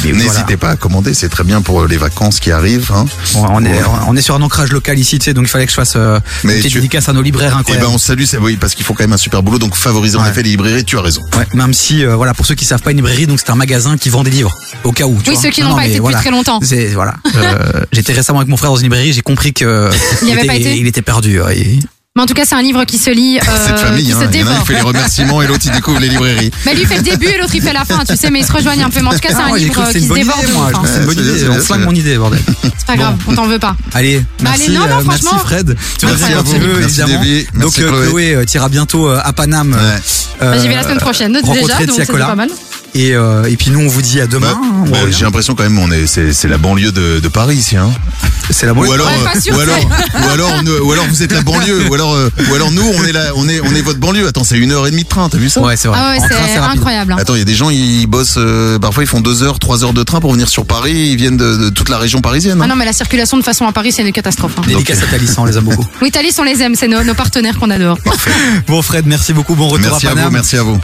N'hésitez pas à commander, c'est très bien pour euh, les vacances qui arrivent. hein. On, on est, on est sur un ancrage local ici, tu sais, donc il fallait que je fasse euh, une Mais petite tu- dédicace à nos libraires Eh incroyables. ben on salue, c'est oui, parce qu'ils font quand même un super boulot, donc favoriser en Ouais. effet les librairies, tu as raison. Ouais, même si, euh, voilà, pour ceux qui savent pas, une librairie, donc c'est un magasin qui vend des livres, au cas où. tu Oui, vois. ceux qui Non, n'ont non, pas mais été depuis voilà. très longtemps. C'est voilà. Euh, J'étais récemment avec mon frère dans une librairie, j'ai compris que Il y avait était, pas été Ah, il était perdu. ouais. Et- Mais en tout cas, c'est un livre qui se lit, euh, Cette famille, qui se hein, il y en a un dévore. qui fait les remerciements et l'autre il découvre les librairies. Bah, lui il fait le début et l'autre il fait la fin, tu sais, mais ils se rejoignent un peu. Mais en tout cas, c'est Ah, un moi, j'ai livre cru que euh, c'était qui une se bonne dévore idée, de moi. ouf, hein. Je pense que C'est une bonne Ouais, c'est idée. bien, On c'est flingue bien. mon idée, bordel. C'est pas grave, on t'en veut pas. Allez, Bah, merci, allez, non, non, euh, merci franchement. Fred. Tu Merci reviens à quand vous. tu veux, Merci, évidemment. David. Donc Merci, euh, Chloé. Chloé euh, t'ira bientôt euh, à Paname. Ouais. euh, Bah, J'y vais la semaine prochaine, déjà, rencontrer donc Tia c'est Cola. pas mal. Et, euh, et puis nous, on vous dit à demain. hein, Bah, On bah, revient. J'ai l'impression quand même, on est, c'est, c'est la banlieue de, de Paris ici. Hein. C'est la bonne. Ou alors, Ouais, pas euh, sûr, ou alors, ou alors, nous- ou alors vous êtes la banlieue, ou alors, euh, ou alors nous, on est la, on est, on est votre banlieue. Attends, c'est une heure et demie de train, t'as vu ça Ouais, c'est vrai. Ah ouais, En train, c'est c'est rapide. incroyable. hein. Attends, il y a des gens, ils bossent, euh, parfois ils font deux heures, trois heures de train pour venir sur Paris. Ils viennent de, de toute la région parisienne. hein. Ah non, mais la circulation de façon à Paris, c'est une catastrophe. hein. Dédicace à Thalys, hein, on les aime beaucoup. Oui, Thalys, on les aime, c'est nos, nos partenaires qu'on adore. Bon, Fred, merci beaucoup. Bon retour Merci à à Paname. vous, merci à vous.